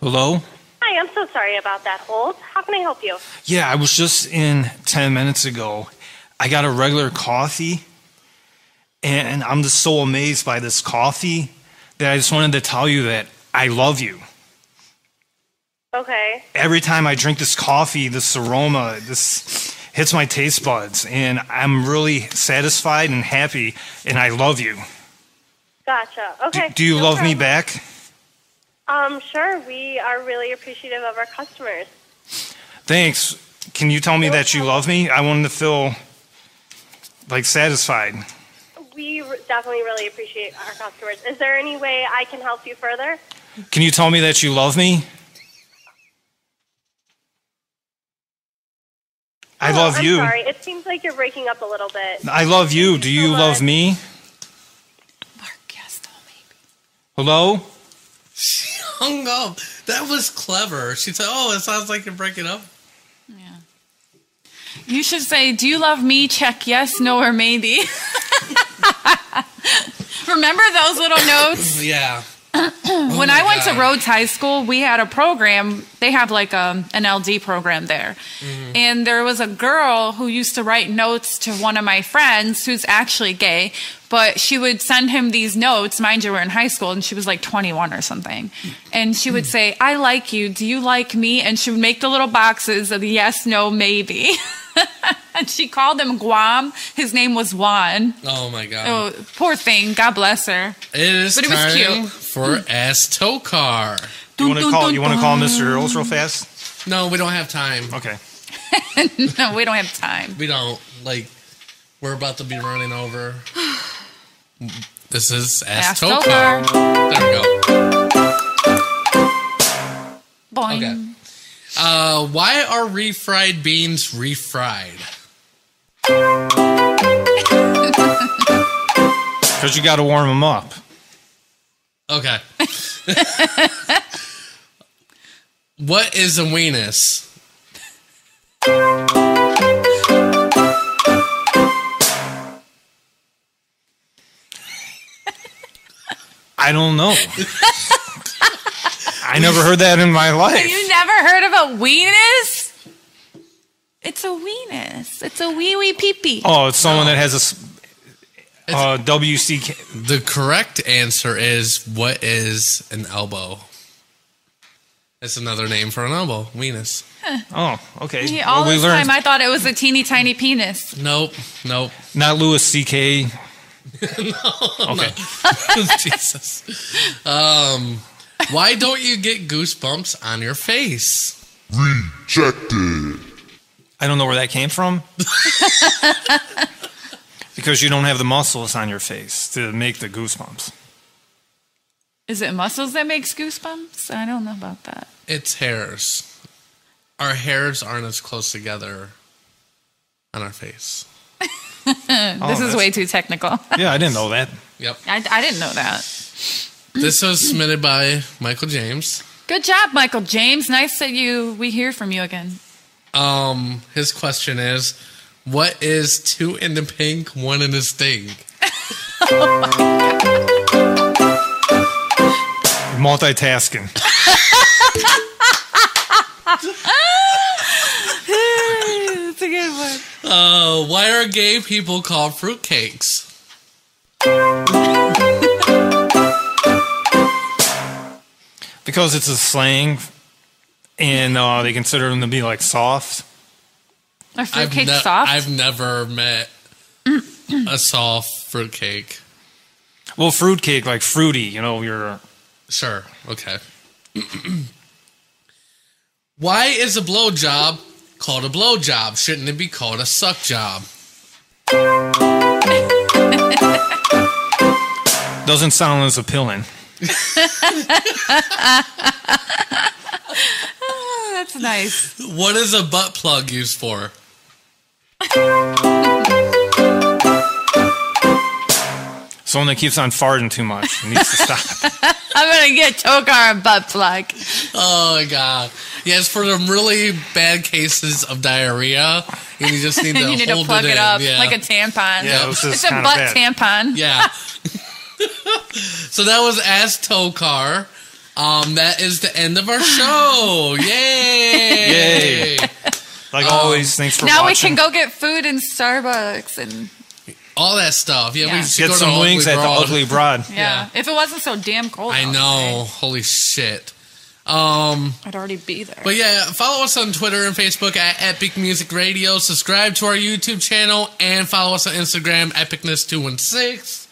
Speaker 1: hello?
Speaker 14: Hi, I'm so sorry about that hold. How can I help you?
Speaker 1: Yeah, I was just in 10 minutes ago. I got a regular coffee, and I'm just so amazed by this coffee that I just wanted to tell you that I love you.
Speaker 14: Okay.
Speaker 1: Every time I drink this coffee, this aroma, this hits my taste buds, and I'm really satisfied and happy, and I love you.
Speaker 14: Gotcha. Okay.
Speaker 1: Do you
Speaker 14: No
Speaker 1: love me
Speaker 14: problem.
Speaker 1: back?
Speaker 14: Um, sure. We are really appreciative of our customers.
Speaker 1: Thanks. Can you tell me that you love me? I wanted to feel like satisfied.
Speaker 14: We re- definitely really appreciate our customers. Is there any way I can help you further?
Speaker 1: Can you tell me that you love me? I
Speaker 14: Oh,
Speaker 1: love
Speaker 14: I'm
Speaker 1: you.
Speaker 14: Sorry, it seems like you're breaking up a little bit.
Speaker 10: Oh,
Speaker 1: I love you. Do you love me? Hello?
Speaker 8: Hung up. That was clever. She said, "Oh, it sounds like you're breaking up."
Speaker 9: You should say, "Do you love me?" Check yes, no, or maybe. Remember those little notes?
Speaker 8: yeah.
Speaker 9: when
Speaker 8: my
Speaker 9: I went
Speaker 8: God.
Speaker 9: to Rhodes High School, we had a program. They have like um an LD program there.
Speaker 1: Mm-hmm.
Speaker 9: And there was a girl who used to write notes to one of my friends who's actually gay, but she would send him these notes. Mind you, we're in high school and she was like 21 or something. And she
Speaker 1: Hmm.
Speaker 9: would say, I like you. Do you like me? And she would make the little boxes of yes, no, maybe. and she called him Guam. His name was Juan.
Speaker 8: Oh my god.
Speaker 9: Oh, poor thing. God bless her.
Speaker 8: It is
Speaker 9: But it was
Speaker 8: time
Speaker 9: cute. Mm.
Speaker 8: for ass tow car.
Speaker 1: You want to call? You want to call Mr. Earls real fast?
Speaker 8: No, we don't have time.
Speaker 1: Okay.
Speaker 9: no, we don't have time.
Speaker 8: We don't. Like, we're about to be running over. This is ass,
Speaker 9: Ass
Speaker 8: tow
Speaker 9: Tow
Speaker 8: car. There we go.
Speaker 9: Boing.
Speaker 8: Okay. Uh, why are refried beans refried?
Speaker 1: Because you got to warm them up.
Speaker 8: Okay. what is a weenus?
Speaker 1: I don't know. I never heard that in my life.
Speaker 9: You never heard of a weenus? It's a weenus. It's a wee wee pee pee.
Speaker 1: Oh, it's someone that has a s- uh, WCK.
Speaker 8: The correct answer is what is an elbow? That's another name for an elbow, weenus.
Speaker 1: Oh, okay.
Speaker 9: Yeah, all
Speaker 1: Well, we
Speaker 9: this
Speaker 1: learned.
Speaker 9: time I thought it was a teeny tiny penis.
Speaker 8: Nope, nope.
Speaker 1: Not Louis C.K. Okay.
Speaker 8: Jesus. Um, why don't you get goosebumps on your face?
Speaker 1: Rejected. I don't know where that came from. because you don't have the muscles on your face to make the goosebumps.
Speaker 9: Is it muscles that makes goosebumps? I don't know about that.
Speaker 8: It's hairs. Our hairs aren't as close together on our face. Oh,
Speaker 9: this is
Speaker 8: that's-
Speaker 9: way too technical.
Speaker 1: Yeah, I didn't know that.
Speaker 8: Yep.
Speaker 9: I, I didn't know that.
Speaker 8: This was submitted by Michael James.
Speaker 9: Good job, Michael James. Nice that you we hear from you again.
Speaker 8: Um, his question is, what is two in the pink, one in the stink?
Speaker 1: Multitasking.
Speaker 9: it's a good one.
Speaker 8: Uh, why are gay people called fruitcakes?
Speaker 1: Because it's a slang and uh, they consider them to be like soft.
Speaker 9: Are
Speaker 8: I've
Speaker 9: fruitcakes
Speaker 8: ne-
Speaker 9: soft?
Speaker 8: I've never met a soft fruitcake.
Speaker 1: Well, fruitcake, like fruity, you know, you're.
Speaker 8: Sure. Okay. Why is a blowjob called a blowjob? Shouldn't it be called a suck job?
Speaker 1: Doesn't sound as appealing.
Speaker 9: Oh, that's nice.
Speaker 8: What is a butt plug used for?
Speaker 1: Someone that keeps on farting too much needs to stop.
Speaker 9: I'm gonna get Tokar a butt plug.
Speaker 8: Oh my god. Yes, for the really bad cases of diarrhea, and you just need to
Speaker 9: you need to
Speaker 8: hold
Speaker 9: plug
Speaker 8: it,
Speaker 9: it,
Speaker 8: in.
Speaker 9: up
Speaker 8: Yeah.
Speaker 9: like a tampon.
Speaker 8: Yeah, this is
Speaker 9: it's a
Speaker 8: kinda
Speaker 9: butt
Speaker 8: bad.
Speaker 9: tampon.
Speaker 8: Yeah. so that was Ask Tokar. Um, that is the end of our show. Yay!
Speaker 1: Yay. Like
Speaker 8: Oh,
Speaker 1: always, thanks for
Speaker 9: now
Speaker 1: watching.
Speaker 9: we can go get food in Starbucks and
Speaker 8: All that stuff. Yeah,
Speaker 9: Yeah.
Speaker 8: we should
Speaker 1: Get
Speaker 8: go to
Speaker 1: some
Speaker 8: Ugly
Speaker 1: wings at the
Speaker 8: Broad.
Speaker 1: Ugly Broad.
Speaker 9: yeah. If it wasn't so damn cold,
Speaker 8: I
Speaker 9: out,
Speaker 8: know. Holy shit. Um,
Speaker 9: I'd already be there.
Speaker 8: But yeah, follow us on Twitter and Facebook at Epic Music Radio. Subscribe to our YouTube channel and follow us on Instagram, Epicness216.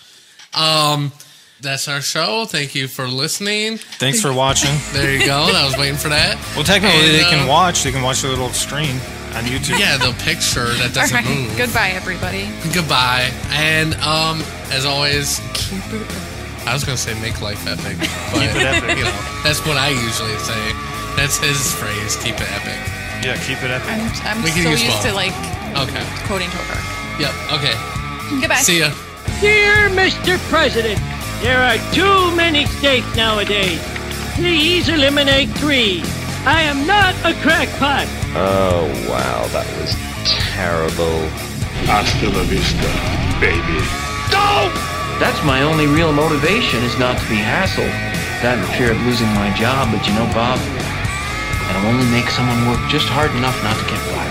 Speaker 8: Um, that's our show. Thank you for listening.
Speaker 1: Thanks for watching.
Speaker 8: There you go. I was waiting for that.
Speaker 1: Well, technically,
Speaker 8: And,
Speaker 1: they
Speaker 8: uh,
Speaker 1: can watch. They can watch the little screen on YouTube.
Speaker 8: Yeah, the picture that
Speaker 9: All
Speaker 8: doesn't
Speaker 9: right.
Speaker 8: move.
Speaker 9: Goodbye, everybody.
Speaker 8: Goodbye. And um, as always, I was going to say make life epic, but
Speaker 1: Keep it epic.
Speaker 8: you know, that's what I usually say. That's his phrase. Keep it epic.
Speaker 1: Yeah, keep it epic.
Speaker 9: I'm, I'm
Speaker 8: We can
Speaker 9: so
Speaker 8: use
Speaker 9: used
Speaker 8: both.
Speaker 9: to like
Speaker 8: Okay.
Speaker 9: quoting Tokar.
Speaker 8: Yep. Okay.
Speaker 9: Goodbye.
Speaker 8: See ya.
Speaker 15: Dear Mr. President, there are too many states nowadays. Please eliminate three. I am not a crackpot.
Speaker 16: Oh, wow, that was terrible. Hasta la vista, baby.
Speaker 15: Don't
Speaker 6: That's my only real motivation is not to be hassled. That and fear of losing my job, but you know, Bob, that'll only make someone work just hard enough not to get fired.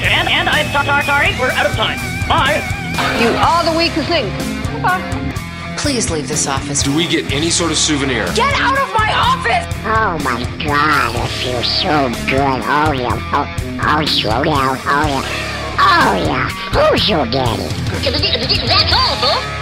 Speaker 17: And, and I'm so- so- sorry, we're out of time. Bye.
Speaker 18: You are the weakest link. Goodbye. Please leave this office.
Speaker 19: Do we get any sort of souvenir?
Speaker 18: Get out of my office!
Speaker 10: Oh my god, I feel so good. Oh yeah, oh, oh slow down, oh yeah. Oh yeah, who's your daddy?
Speaker 17: That's all, folks.